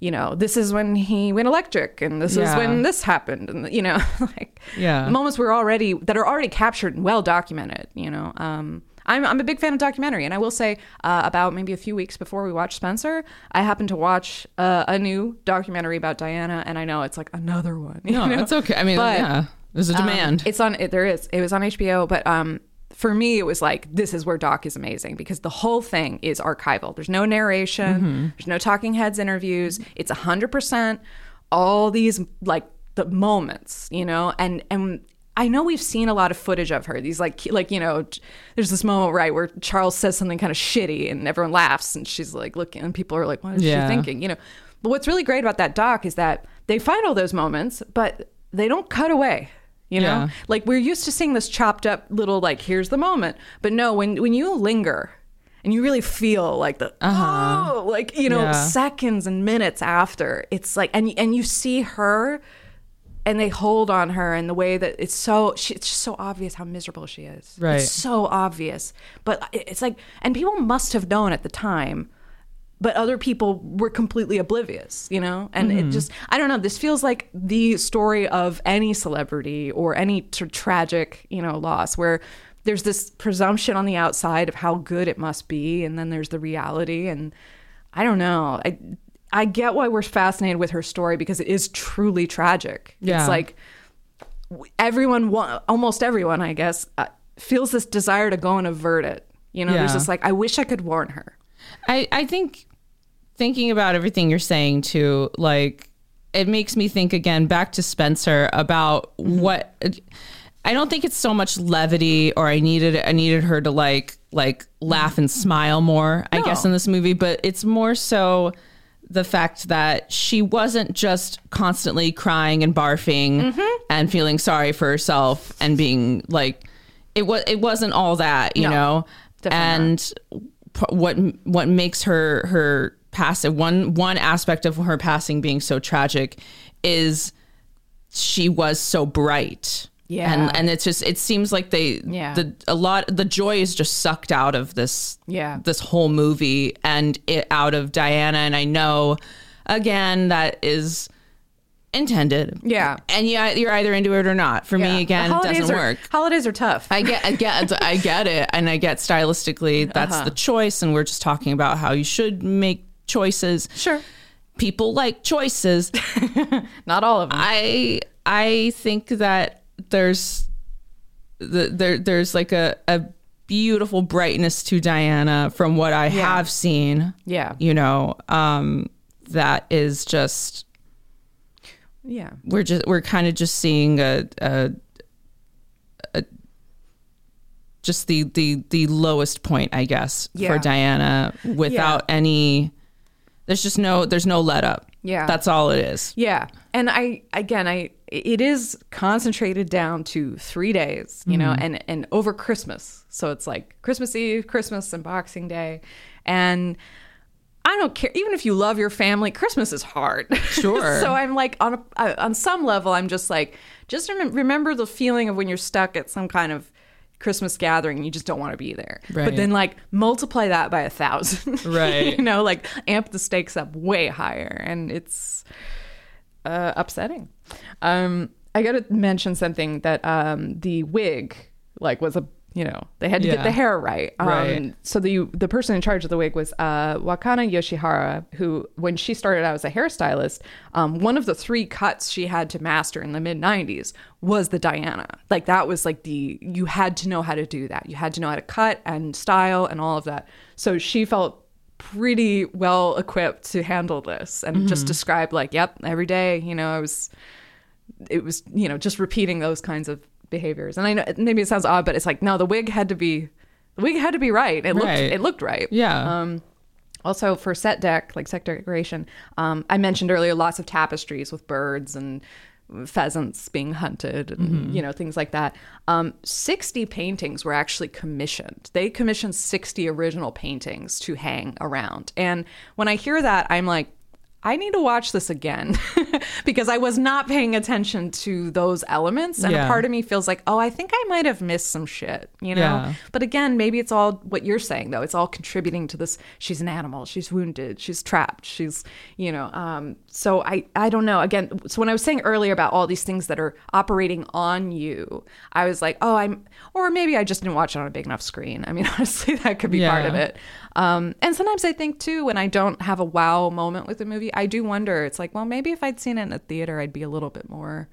S1: you know this is when he went electric and this is
S2: Yeah.
S1: when this happened and you know like
S2: Yeah.
S1: moments we're already that are already captured and well documented you know um I'm, I'm a big fan of documentary, and I will say uh, about maybe a few weeks before we watched Spencer, I happened to watch uh, a new documentary about Diana, and I know it's like another one. you
S2: No,
S1: know?
S2: it's okay. I mean,
S1: But-
S2: yeah, there's a
S1: Um,
S2: demand.
S1: it's on. It, there is. It was on HBO, but um, for me, it was like this is where Doc is amazing because the whole thing is archival. There's no narration. There's no talking heads interviews. It's hundred percent all these like the moments, you know, and and. I know we've seen a lot of footage of her. These like like you know, there's this moment right where Charles says something kind of shitty and everyone laughs and she's like looking and people are like, what is
S2: Yeah.
S1: she thinking? You know. But what's really great about that doc is that they find all those moments, but they don't cut away. You know,
S2: Yeah.
S1: like we're used to seeing this chopped up little like here's the moment, but no, when when you linger and you really feel like the oh, like you know
S2: Uh-huh. Yeah.
S1: seconds and minutes after, it's like and and you see her and they hold on her in the way that it's so she, it's just so obvious how miserable she is.
S2: Right.
S1: It's so obvious. But it- it's like and people must have known at the time, but other people were completely oblivious, you know? And it just I don't know, this feels like the story of any celebrity or any tr tragic, you know, loss where there's this presumption on the outside of how good it must be and then there's the reality and I don't know. I I get why we're fascinated with her story because it is truly tragic.
S2: Yeah.
S1: It's like w- everyone, wa- almost everyone, I guess, uh, feels this desire to go and avert it. You know, there's
S2: Yeah.
S1: this like, I wish I could warn her.
S2: I, I think thinking about everything you're saying too, like it makes me think again back to Spencer about
S1: Mm-hmm.
S2: what I don't think it's so much levity or I needed I needed her to like like laugh and smile more, I guess,
S1: No.
S2: in this movie, but it's more so the fact that she wasn't just constantly crying and barfing
S1: Mm-hmm.
S2: and feeling sorry for herself and being like it was it wasn't all that, you
S1: No.
S2: know. and p- what what makes her her passive one one aspect of her passing being so tragic is she was so bright
S1: Yeah.
S2: and and it's just it seems like they
S1: Yeah.
S2: the a lot the joy is just sucked out of this
S1: Yeah.
S2: this whole movie and it out of Diana and I know again that is intended
S1: Yeah.
S2: and yeah you're either into it or not for
S1: Yeah.
S2: me again
S1: The
S2: it
S1: holidays
S2: doesn't
S1: are-
S2: work
S1: Holidays are tough.
S2: I get, I get, I get it, and I get stylistically that's the choice, and we're just talking about how you should make choices.
S1: sure.
S2: People like choices.
S1: Not all of them.
S2: I I think that there's the, there there's like a a beautiful brightness to Diana from what I have seen.
S1: Yeah.
S2: you know, um, that is just
S1: yeah.
S2: we're just we're kind of just seeing a, a, a just the the the lowest point i guess
S1: Yeah.
S2: for diana without any there's just no there's no let up
S1: Yeah.
S2: that's all it is
S1: Yeah. And I again I it is concentrated down to 3 days, you
S2: Mm-hmm.
S1: know, and and over Christmas. So it's like Christmas Eve, Christmas and Boxing Day. And I don't care even if you love your family, Christmas is hard.
S2: Sure.
S1: so I'm like on a, I- on some level I'm just like just remem- remember the feeling of when you're stuck at some kind of Christmas gathering, and you just don't want to be there. But
S2: Right.
S1: then, like, multiply that by a thousand.
S2: Right.
S1: you know, like, amp the stakes up way higher. And it's, uh, upsetting. Um, I got to mention something that um, the wig like was a you know they had to get
S2: Yeah.
S1: the hair right. Um,
S2: Right.
S1: So the the person in charge of the wig was uh, Wakana Yoshihara, who when she started out as a hairstylist, um, one of the three cuts she had to master in the mid '90s was the Diana. Like that was like the you had to know how to do that. You had to know how to cut and style and all of that. So she felt pretty well equipped to handle this and just described like yep every day you know i was it was you know just repeating those kinds of behaviors and i know maybe it sounds odd but it's like no the wig had to be the wig had to be right it looked
S2: Right.
S1: it looked right
S2: yeah
S1: um also for set deck like set decoration um i mentioned earlier lots of tapestries with birds and pheasants being hunted and you know things like that um 60 paintings were actually commissioned they commissioned 60 original paintings to hang around and when i hear that i'm like I need to watch this again because I was not paying attention to those elements. And a
S2: Yeah.
S1: part of me feels like, oh, I think I might have missed some shit, you know?
S2: Yeah.
S1: But again, maybe it's all what you're saying though. It's all contributing to this. She's an animal. She's wounded. She's trapped. She's you know. Um, so I I don't know. Again, so when I was saying earlier about all these things that are operating on you, I was like, oh, I'm, or maybe I just didn't watch it on a big enough screen. I mean, honestly, that could be part
S2: Yeah.
S1: of it. Um, and sometimes I think too when I don't have a wow moment with a movie, I do wonder. It's like, well, maybe if I'd seen it in a theater, I'd be a little bit more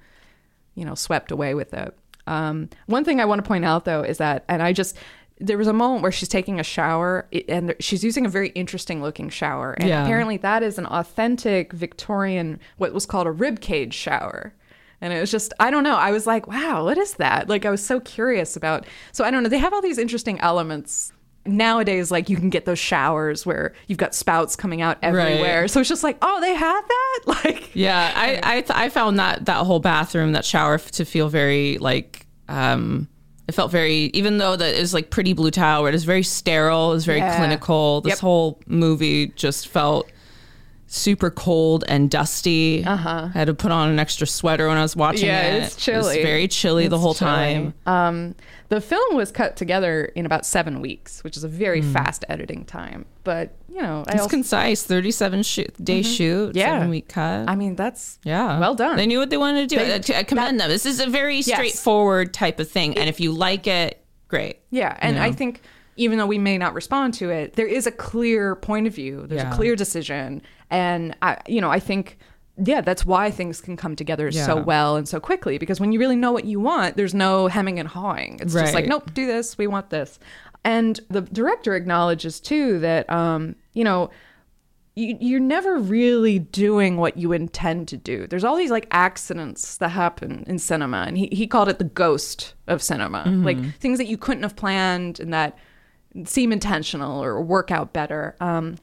S1: you know, swept away with it. Um, one thing I want to point out though is that, and I just, there was a moment where she's taking a shower i- and there- she's using a very interesting looking shower. And
S2: Yeah.
S1: apparently that is an authentic Victorian, what was called a ribcage shower. And it was just, I don't know. I was like, wow, what is that? Like, I was so curious about. So I don't know. They have all these interesting elements. Nowadays, like, you can get those showers where you've got spouts coming out everywhere. So it's just like, oh, they had that? Like,
S2: yeah i I, th- I found that that whole bathroom that shower f- to feel very like um it felt very even though that is like pretty blue tower it is very sterile it's very
S1: Yeah.
S2: clinical this
S1: Yep.
S2: whole movie just felt super cold and dusty uh-huh i had to put on an extra sweater when i was watching
S1: Yeah,
S2: it
S1: it's
S2: It was
S1: chilly.
S2: very chilly the whole time
S1: Um, the film was cut together in about seven weeks, which is a very fast editing time. But you know, I,
S2: it's
S1: also,
S2: concise 37 shoo- day shoot
S1: Mm-hmm. Yeah.
S2: seven week cut
S1: I mean, that's
S2: yeah.
S1: well done.
S2: They knew what they wanted to do. I I commend them. This is a very straightforward type of thing. And if you like it, great.
S1: Yeah, and I think even though we may not respond to it, there is a clear point of view. There's
S2: Yeah.
S1: a clear decision, and I, you know, I think. Yeah, that's why things can come together so
S2: Yeah.
S1: well and so quickly because when you really know what you want, there's no hemming and hawing. It's just like,
S2: Right.
S1: nope, do this, we want this. And the director acknowledges too that, um, you know, you, you're never really doing what you intend to do. There's all these like accidents that happen in cinema, and he, he called it the ghost of cinema, like things that you couldn't have planned and that seem intentional or work out better. Um,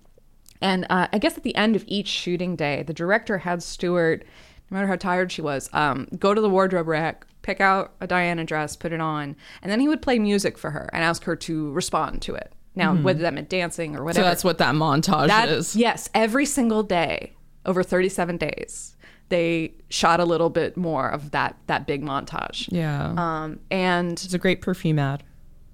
S1: and uh, I guess at the end of each shooting day, the director had Stewart, no matter how tired she was, um, go to the wardrobe rack, pick out a Diana dress, put it on, and then he would play music for her and ask her to respond to it. Now, whether that meant dancing or
S2: So
S1: whatever.
S2: that's what that montage
S1: That-
S2: is.
S1: Yes, every single day over 37 days, they shot a little bit more of that that big montage.
S2: Yeah.
S1: Um, and
S2: it's a great perfume ad.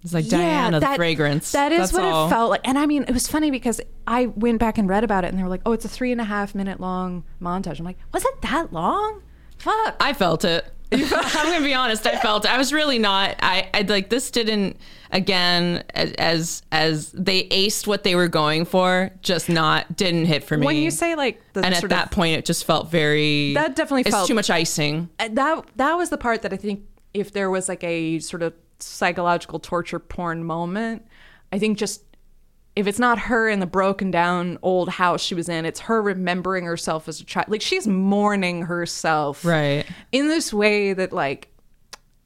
S2: It's like
S1: yeah,
S2: Diana,
S1: that-
S2: the fragrance.
S1: That is
S2: That's
S1: what
S2: all.
S1: it felt like. And I mean, it was funny because I went back and read about it, and they were like, "Oh, it's a three and a half minute long montage." I'm like, "Was it that long? Fuck."
S2: I felt it. I'm gonna be honest. I felt it. I was really not. I I like this didn't again as- as as they aced what they were going for. Just not didn't hit for me.
S1: when you say like the
S2: and at
S1: sort
S2: that
S1: of,
S2: point, it just felt very.
S1: That definitely
S2: it's
S1: felt-
S2: too much icing.
S1: Uh, that that was the part that I think if there was like a sort of psychological torture porn moment, I think just if it's not her in the broken down old house she was in, it's her remembering herself as a child. Like she's mourning herself,
S2: Right.
S1: In this way that like,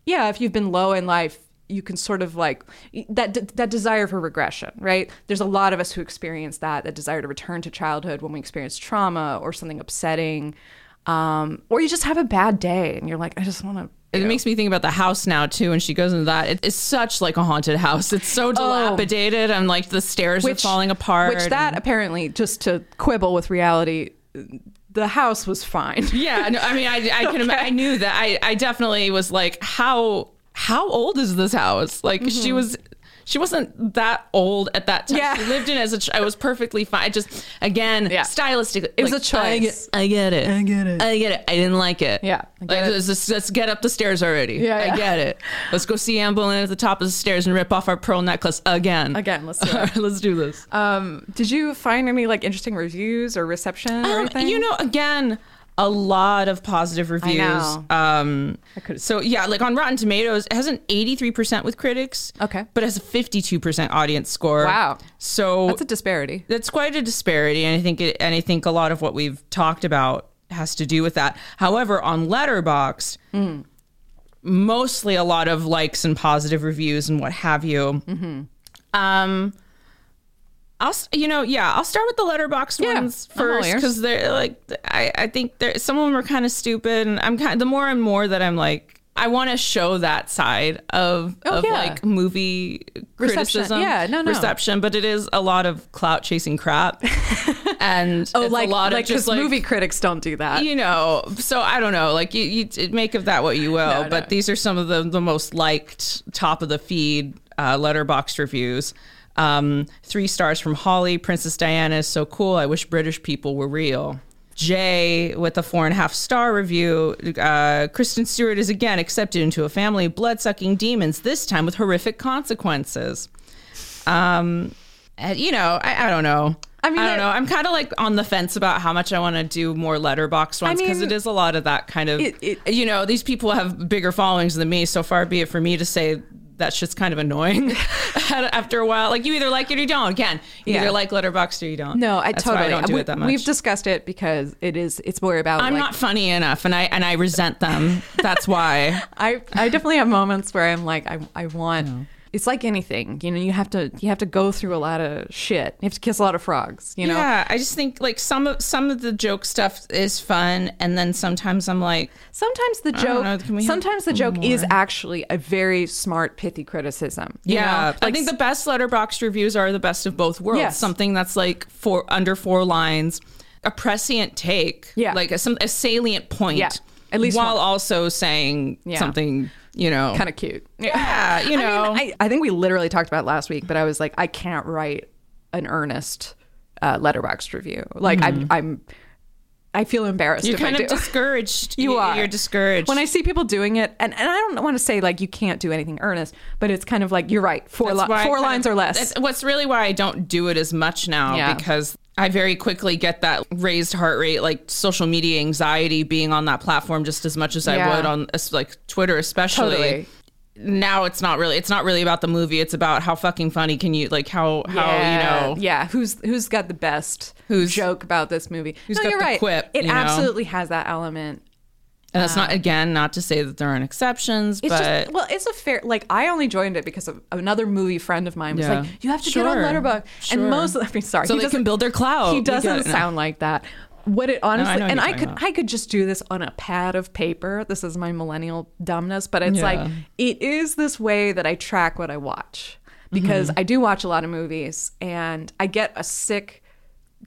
S1: yeah, if you've been low in life. You can sort of like that that desire for regression, right? There's a lot of us who experience that that desire to return to childhood when we experience trauma or something upsetting, um, or you just have a bad day and you're like, I just want to
S2: It makes me think about the house now too. And she goes into that. It, it's such like a haunted house. It's so dilapidated, and like the stairs are falling apart.
S1: Oh. Which that apparently, just to quibble with reality, the house was fine.
S2: Yeah, no, I mean, I, I can. ima- I knew that. I, I definitely was like, how how old is this house? Like, she was, she wasn't that old at that time.
S1: Mm-hmm. Yeah.
S2: She lived in as a. Ch- I was perfectly fine. I just again,
S1: Yeah.
S2: stylistically,
S1: It was
S2: like,
S1: a choice.
S2: I get, I get it. I get it. I get it. I didn't like it.
S1: Yeah, I get
S2: like,
S1: it.
S2: Let's, just- let's get up the stairs already.
S1: Yeah, yeah.
S2: I get it. Let's go see Anne Boleyn at the top of the stairs and rip off our pearl necklace again.
S1: Again, let's do it.
S2: let's do this.
S1: Um, did you find any like interesting reviews or reception or
S2: Um,
S1: anything?
S2: You know, again, a lot of positive reviews.
S1: know.
S2: Um,
S1: could've-
S2: so yeah, like on Rotten Tomatoes, it has an eighty-three percent with critics.
S1: Okay.
S2: but has a fifty-two percent audience score.
S1: Wow.
S2: So
S1: that's a disparity.
S2: that's quite a disparity, and I think it, and I think a lot of what we've talked about has to do with that. However, on Letterboxd, mostly a lot of likes and positive reviews and what have you.
S1: Mm-hmm.
S2: Um, I'll s- you know yeah I'll start with the Letterboxd
S1: Yeah,
S2: ones
S1: I'm all
S2: first
S1: ears.
S2: because they're like I I think there some of them are kind of stupid and I'm kind the more and more that I'm like. I want to show that side of
S1: Oh,
S2: of
S1: yeah.
S2: like movie
S1: Reception.
S2: criticism,
S1: Yeah, no, no.
S2: reception, but it is a lot of clout chasing crap, and
S1: Oh,
S2: it's
S1: like
S2: a lot
S1: like
S2: of just
S1: 'cause
S2: like
S1: movie critics don't do that.
S2: you know. So I don't know, like you, you t- make of that what you will,
S1: No,
S2: but
S1: no.
S2: these are some of the the most liked top of the feed uh, letterbox reviews. Um, three stars from Holly. Princess Diana is so cool. I wish British people were real. Jay with a four and a half star review. Uh, Kristen Stewart is again accepted into a family of blood sucking demons, this time with horrific consequences. Um, and, you know, I, I don't know.
S1: I mean,
S2: I don't
S1: it-
S2: know. I'm kind of like on the fence about how much I want to do more letterbox ones because
S1: mean,
S2: it is a lot of that kind of.
S1: it- it-
S2: you know, these people have bigger followings than me. So far be it for me to say that shit's kind of annoying after a while. Like you either like it or you don't. Again, you
S1: Yeah.
S2: either like letterbox or you don't.
S1: No, I
S2: That's why
S1: totally.
S2: I don't do
S1: we,
S2: it that much.
S1: We've discussed it because it is. It's more about.
S2: I'm
S1: like,
S2: not funny enough, and I and I resent them. That's why.
S1: I I definitely have moments where I'm like I I want it's like anything you know you have to you have to go through a lot of shit you have to kiss a lot of frogs you know
S2: yeah, I just think like some of some of the joke stuff is fun, and then sometimes I'm like,
S1: sometimes the
S2: don't
S1: joke
S2: know, can we have
S1: sometimes the joke is actually a very smart pithy criticism you
S2: Yeah,
S1: know?
S2: I think the best letterbox reviews are the best of both worlds.
S1: Yes.
S2: Something that's like four under four lines, a prescient take,
S1: Yeah.
S2: like a, some a salient point,
S1: Yeah, at least
S2: while
S1: one.
S2: also saying
S1: Yeah.
S2: something, you know,
S1: kind of cute
S2: yeah, you know,
S1: I, mean, I I think we literally talked about it last week but I was like I can't write an earnest uh, letterbox review like I'm I'm I feel embarrassed
S2: you're
S1: if I
S2: Mm-hmm. kind of
S1: do.
S2: discouraged.
S1: You
S2: Y-
S1: are.
S2: You're discouraged.
S1: when I see people doing it, and, and I don't want to say like you can't do anything earnest, but it's kind of like you're right, four
S2: That's
S1: li-
S2: why I
S1: four
S2: kind
S1: lines
S2: of-
S1: or less.
S2: that's- What's really why I don't do it as much now
S1: Yeah.
S2: because I very quickly get that raised heart rate, like social media anxiety, being on that platform just as much as
S1: Yeah.
S2: I would on es- like Twitter, especially.
S1: Totally.
S2: Now it's not really it's not really about the movie. It's about how fucking funny can you like how how
S1: yeah.
S2: you know
S1: yeah, who's who's got the best
S2: Who's-
S1: joke about this movie?
S2: who's
S1: no,
S2: got
S1: you're
S2: the
S1: right.
S2: quip,
S1: it
S2: you know?
S1: absolutely has that element.
S2: and that's not again not to say that there aren't exceptions,
S1: It's
S2: but
S1: just well, it's a fair like I only joined it because of another movie friend of mine was
S2: Yeah.
S1: like, you have to get
S2: Sure.
S1: on Letterboxd, and
S2: Sure.
S1: most I mean, sorry,
S2: so
S1: he
S2: they
S1: doesn't-
S2: can build their clout.
S1: He
S2: We get
S1: doesn't
S2: it now.
S1: sound like that. What it honestly,
S2: know what
S1: and
S2: you're
S1: I
S2: talking
S1: could,
S2: about.
S1: I could just do this on a pad of paper. This is my millennial dumbness, but it's
S2: Yeah.
S1: like it is this way that I track what I watch. because
S2: Mm-hmm.
S1: I do watch a lot of movies and I get a sick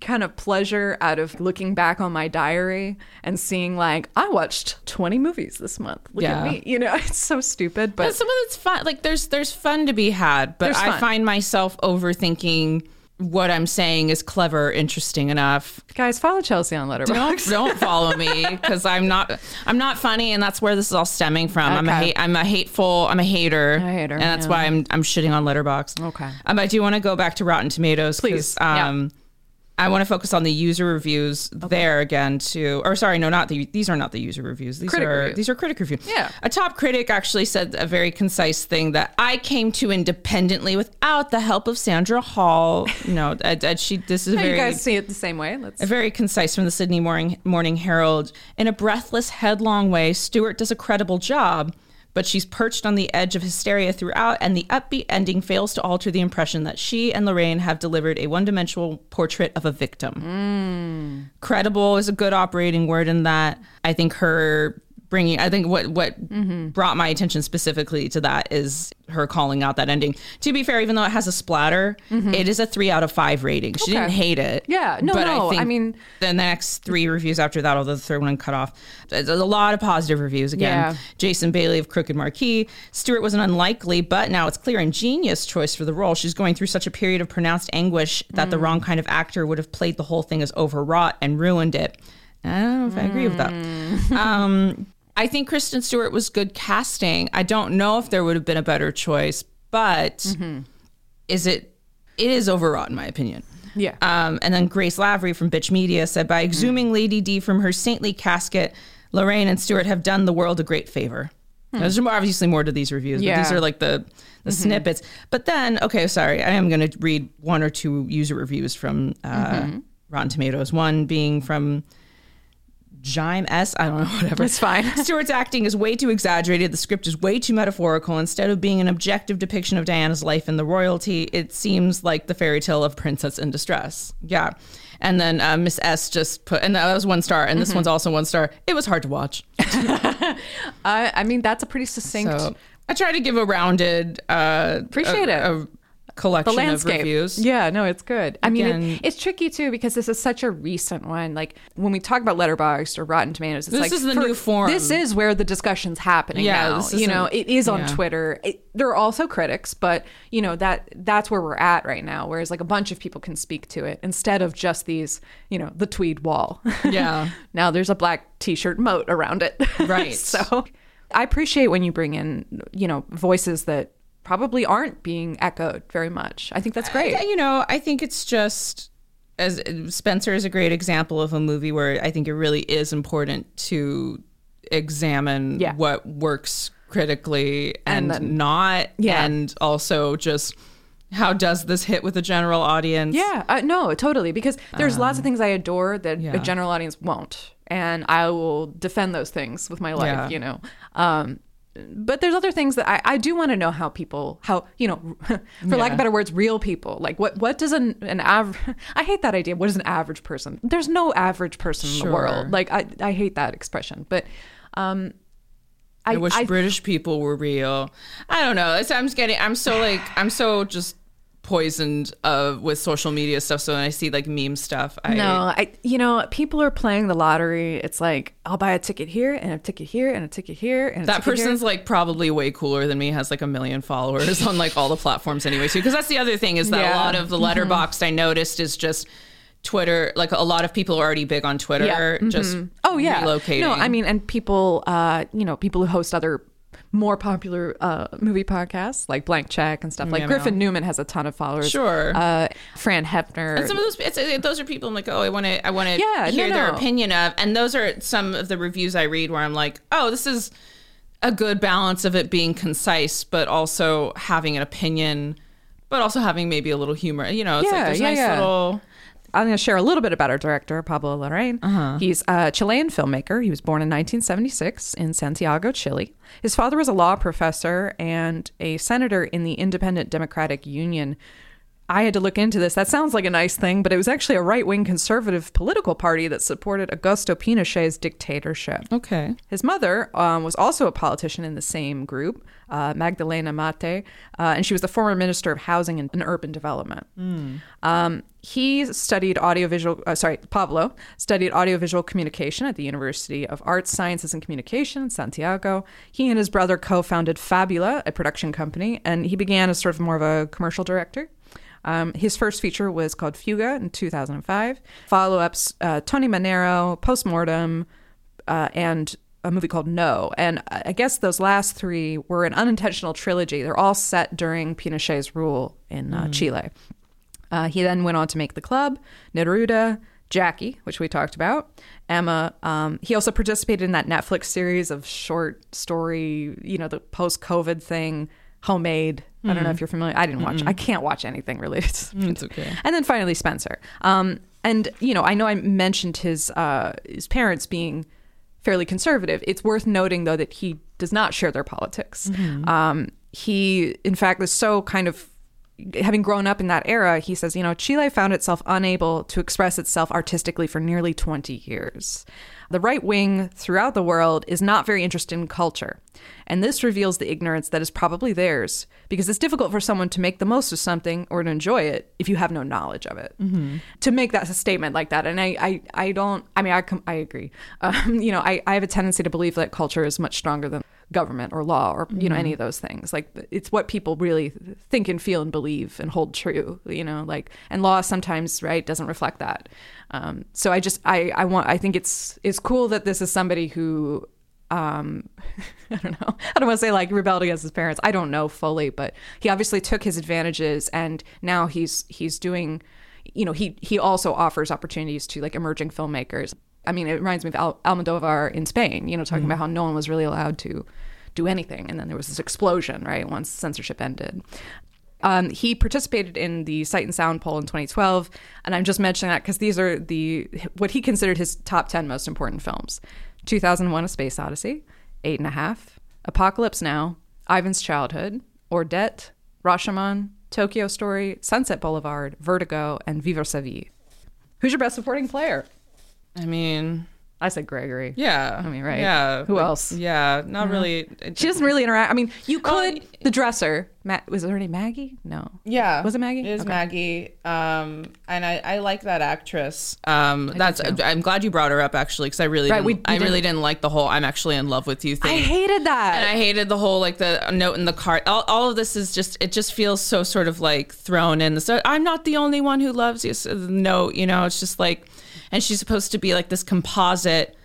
S1: kind of pleasure out of looking back on my diary and seeing like I watched 20 movies this month. Look at
S2: Yeah.
S1: me. You know, it's so stupid, but
S2: But some of it's fun. Like there's there's fun to be had, but
S1: There's
S2: I
S1: fun.
S2: find myself overthinking what I'm saying is clever, interesting enough.
S1: guys, follow Chelsea on Letterboxd.
S2: Don't don't follow me because I'm not I'm not funny, and that's where this is all stemming from. I'm a
S1: Okay.
S2: hate I'm a hateful I'm a hater,
S1: A hater,
S2: and that's
S1: yeah.
S2: why I'm I'm shitting on Letterboxd.
S1: Okay.
S2: um, I do want to go back to Rotten Tomatoes, 'cause,
S1: Please, yeah.
S2: Um, I want to focus on the user reviews there again too. Or sorry, no, not the these are not the user reviews. These
S1: Critic
S2: are
S1: reviews.
S2: these are critic reviews.
S1: Yeah.
S2: A top critic actually said a very concise thing that I came to independently without the help of Sandra Hall. No, and, and she this is a
S1: Hey,
S2: very
S1: you guys see it the same way. Let's
S2: very concise from the Sydney Morning, Morning Herald. In a breathless, headlong way, Stewart does a credible job, but she's perched on the edge of hysteria throughout, and the upbeat ending fails to alter the impression that she and Lorraine have delivered a one dimensional portrait of a victim. Credible is a good operating word in that. I think her bringing i think what what brought my attention specifically to that is her calling out that ending to be fair even though it has a splatter it is a three out of five rating she didn't
S1: Okay.
S2: hate it
S1: Yeah, no,
S2: but
S1: no,
S2: I,
S1: I
S2: think
S1: mean-
S2: the next three reviews after that, although the third one cut off, there's a lot of positive reviews again.
S1: Yeah.
S2: Jason Bailey of Crooked Marquee. Stewart was an unlikely, but now it's clear ingenious choice for the role. She's going through such a period of pronounced anguish that
S1: Mm.
S2: the wrong kind of actor would have played the whole thing as overwrought and ruined it. I don't know if I agree with that.
S1: Mm.
S2: Um, I think Kristen Stewart was good casting. I don't know if there would have been a better choice, but
S1: Mm-hmm.
S2: is it? It is overwrought, in my opinion.
S1: Yeah.
S2: Um, and then Grace Lavery from Bitch Media said, by exhuming Lady D from her saintly casket, Lorraine and Stewart have done the world a great favor. Now, There's more- obviously more to these reviews, but these
S1: Yeah.
S2: are like the the snippets. But then, okay, sorry, I am going to read one or two user reviews from uh, Rotten Tomatoes. One being from Jime S. I don't know, whatever.
S1: It's fine.
S2: Stewart's acting is way too exaggerated. The script is way too metaphorical. Instead of being an objective depiction of Diana's life in the royalty, it seems like the fairy tale of Princess in Distress. Yeah. And then uh, Miss S just put, and that was one star, and
S1: Mm-hmm.
S2: this one's also one star. It was hard to watch.
S1: I, I mean, that's a pretty succinct.
S2: So I try to give a rounded, uh,
S1: Appreciate
S2: a,
S1: it.
S2: a collection
S1: the landscape.
S2: of reviews.
S1: Yeah, no, it's good. I mean,
S2: Again-
S1: it, it's tricky too because this is such a recent one. Like when we talk about Letterboxd or Rotten Tomatoes, it's
S2: This
S1: like
S2: is the new forum.
S1: This is where the discussion's happening.
S2: Yeah,
S1: now.
S2: this
S1: you know,
S2: isn't-
S1: it is on
S2: yeah.
S1: Twitter. It, there are also critics, but you know that that's where we're at right now. Whereas like a bunch of people can speak to it instead of just these, you know, the tweed wall.
S2: Yeah.
S1: now there's a black t-shirt moat around it.
S2: Right.
S1: so I appreciate when you bring in, you know, voices that probably aren't being echoed very much. I think that's great.
S2: Yeah, you know, I think it's just as Spencer is a great example of a movie where I think it really is important to examine
S1: Yeah.
S2: what works critically
S1: And
S2: and,
S1: then-
S2: not
S1: Yeah.
S2: and also just how does this hit with the general audience?
S1: Yeah, uh, no, totally. Because there's lots of things I adore that
S2: Um, yeah.
S1: a general audience won't, and I will defend those things with my life.
S2: Yeah.
S1: You know. Um, but there's other things that I, I do want to know how people how you know for lack
S2: Yeah.
S1: of better words real people like what what does an an average I hate that idea what is an average person there's no average person in the
S2: Sure.
S1: world like I I hate that expression but um I,
S2: I wish
S1: I-
S2: British people were real. I don't know. It's, I'm just getting. I'm so like. I'm so just poisoned uh, with social media stuff. So when I see like meme stuff, I
S1: No, I you know people are playing the lottery. It's like I'll buy a ticket here and a ticket here and a ticket here and a
S2: That
S1: ticket here.
S2: person's like probably way cooler than me. Has like a million followers on like all the platforms anyway too. Because that's the other thing is that
S1: Yeah. Mm-hmm.
S2: a lot of the letterboxed I noticed is just Twitter. Like a lot of people are already big on Twitter. Just
S1: oh yeah,
S2: relocating.
S1: No, I mean and people, uh, you know, people who host other more popular uh, movie podcasts like Blank Check and stuff. Like
S2: Yeah,
S1: Griffin Newman has a ton of followers.
S2: Sure.
S1: uh, Fran Hefner.
S2: some of those it's, it, those are people I'm like oh I want to I want to
S1: Yeah,
S2: hear
S1: no,
S2: their
S1: no.
S2: opinion of and those are some of the reviews I read where I'm like oh this is a good balance of it being concise but also having an opinion but also having maybe a little humor you know it's
S1: Yeah,
S2: like there's
S1: yeah,
S2: nice
S1: yeah.
S2: little
S1: I'm going to share a little bit about our director, Pablo Larraín. He's a Chilean filmmaker. He was born in 1976 in Santiago, Chile. His father was a law professor and a senator in the Independent Democratic Union I had to look into this. That sounds like a nice thing, but it was actually a right wing conservative political party that supported Augusto Pinochet's dictatorship.
S2: Okay.
S1: His mother um, was also a politician in the same group, uh, Magdalena Mate, uh, and she was the former minister of housing and, and urban development. Um, he studied audiovisual, uh, sorry, Pablo studied audiovisual communication at the University of Arts, Sciences, and Communication in Santiago. He and his brother co founded Fabula, a production company, and he began as sort of more of a commercial director. Um, his first feature was called Fuga in 2005. Follow ups uh, Tony Manero, Postmortem, uh, and a movie called No. And I I guess those last three were an unintentional trilogy. They're all set during Pinochet's rule in uh, Chile. Uh, he then went on to make The Club, Neruda, Jackie, which we talked about, Emma. Um, he also participated in that Netflix series of short story, you know, the post COVID thing, Homemade. I don't know if you're familiar. I didn't watch. I can't watch anything related. to
S2: Mm-hmm. Mm, It's okay.
S1: and then finally Spencer. Um, and you know, I know I mentioned his uh, his parents being fairly conservative. It's worth noting though that he does not share their politics.
S2: Mm-hmm.
S1: Um, he, in fact, is so kind of having grown up in that era. He says, you know, Chile found itself unable to express itself artistically for nearly twenty years. The right wing throughout the world is not very interested in culture, and this reveals the ignorance that is probably theirs because it's difficult for someone to make the most of something or to enjoy it if you have no knowledge of it. To make that a statement like that, and I, I, I don't, I mean, I, com- I agree. Um, you know, I, I have a tendency to believe that culture is much stronger than government or law or you know any of those things like it's what people really think and feel and believe and hold true you know like and law sometimes right doesn't reflect that um, so i just i i want i think it's it's cool that this is somebody who um i don't know i don't want to say like rebelled against his parents i don't know fully but he obviously took his advantages and now he's he's doing you know he he also offers opportunities to like emerging filmmakers i mean it reminds me of Al- almodovar in spain you know talking about how no one was really allowed to do anything and then there was this explosion right once censorship ended um, he participated in the Sight and Sound poll in 2012, and I'm just mentioning that because these are the what he considered his top 10 most important films: 2001: A Space Odyssey, Eight and a Half, Apocalypse Now, Ivan's Childhood, Ordette, Rashomon, Tokyo Story, Sunset Boulevard, Vertigo, and Vivre sa vie. Who's your best supporting player?
S2: I mean,
S1: I said Gregory.
S2: yeah.
S1: I mean, right.
S2: Yeah.
S1: Who else?
S2: Yeah. Not really.
S1: She doesn't really interact. I mean, you
S2: Oh,
S1: could. the dresser. Ma- was her name Maggie? No.
S2: Yeah.
S1: Was it Maggie?
S2: It was
S1: Okay.
S2: Maggie. Um, and I, I like that actress. Um, that's I'm glad you brought her up actually because I really
S1: Right,
S2: didn't,
S1: we- we
S2: I really
S1: didn't-
S2: didn't like the whole I'm actually in love with you
S1: I
S2: thing.
S1: hated that.
S2: and I hated the whole like the note in the cart. All, all of this is just it just feels so sort of like thrown in. So I'm not the only one who loves you. So the note, you know, it's just like, and she's supposed to be like this composite,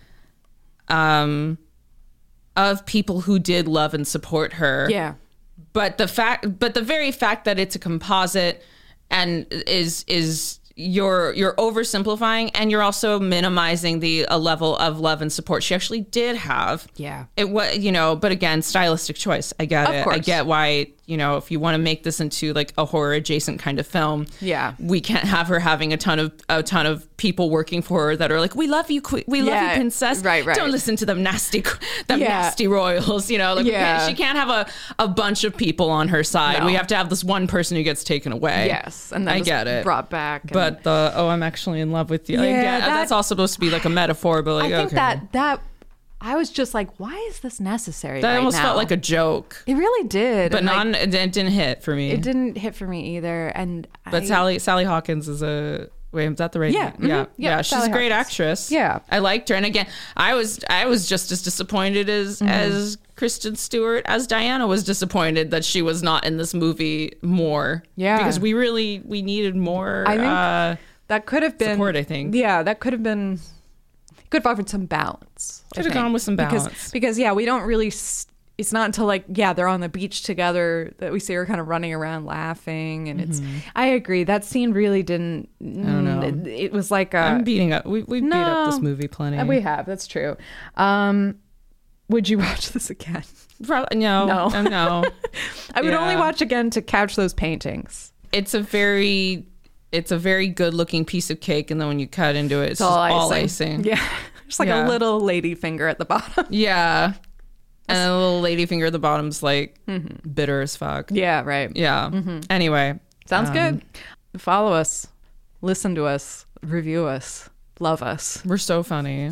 S2: um, of people who did love and support her
S1: yeah.
S2: but the fact but the very fact that it's a composite and is is you're you're oversimplifying and you're also minimizing the a level of love and support she actually did have
S1: Yeah.
S2: it was you know but again stylistic choice i get
S1: Of
S2: it i
S1: course.
S2: get why you know if you want to make this into like a horror adjacent kind of film
S1: Yeah.
S2: we can't have her having a ton of a ton of people working for her that are like we love you que- we love
S1: Yeah.
S2: you princess
S1: Right, right.
S2: don't listen to them nasty them
S1: Yeah.
S2: nasty royals you know like we can't-
S1: Yeah.
S2: she can't have a, a bunch of people on her side.
S1: No.
S2: We have to have this one person who gets taken away.
S1: Yes, and then
S2: I
S1: was
S2: get it.
S1: Brought back, and-
S2: But the oh, I'm actually in love with you. I
S1: Yeah,
S2: get- that's
S1: that-
S2: all supposed to be like a metaphor, but
S1: I
S2: like
S1: think
S2: okay.
S1: that that I was just like, why is this necessary?
S2: that
S1: right
S2: almost
S1: now?
S2: felt like a joke,
S1: It really did,
S2: but
S1: and, like,
S2: non it didn't hit for me.
S1: it didn't hit for me either, and
S2: But
S1: I,
S2: Sally Sally Hawkins is a wait, is that the right?
S1: Yeah,
S2: name? yeah,
S1: mhm, yeah,
S2: yeah. She's
S1: Sally
S2: a great
S1: Hawkins.
S2: actress.
S1: Yeah.
S2: I liked her. And again, I was I was just as disappointed as
S1: Mm-hmm.
S2: as Kristen Stewart as Diana was disappointed that she was not in this movie more.
S1: Yeah.
S2: because we really we needed more.
S1: I think-
S2: uh,
S1: that could have been
S2: Support, I think.
S1: Yeah, that could have been. Could have offered some balance. I
S2: Could have
S1: think.
S2: gone with some
S1: because
S2: balance.
S1: because yeah, we don't really. s it's not until like yeah, they're on the beach together that we see her kind of running around laughing, and it's.
S2: Mm-hmm.
S1: I agree. That scene really didn't. It, it was like a.
S2: I'm beating up. We we beat up this
S1: no.
S2: movie plenty.
S1: We have. That's true. Um, would you watch this again?
S2: Pro- no,
S1: No.
S2: uh, no.
S1: I would only
S2: Yeah.
S1: watch again to catch those paintings.
S2: It's a very it's a very good looking piece of cake, and then when you cut into it, it's, just all icing.
S1: Yeah. Just like
S2: Yeah.
S1: a little lady finger at the bottom.
S2: Yeah. And then the little lady finger at the bottom's like bitter as fuck.
S1: yeah, right.
S2: Yeah. Anyway.
S1: Sounds
S2: um,
S1: good. Follow us, listen to us, review us, love us.
S2: We're so funny.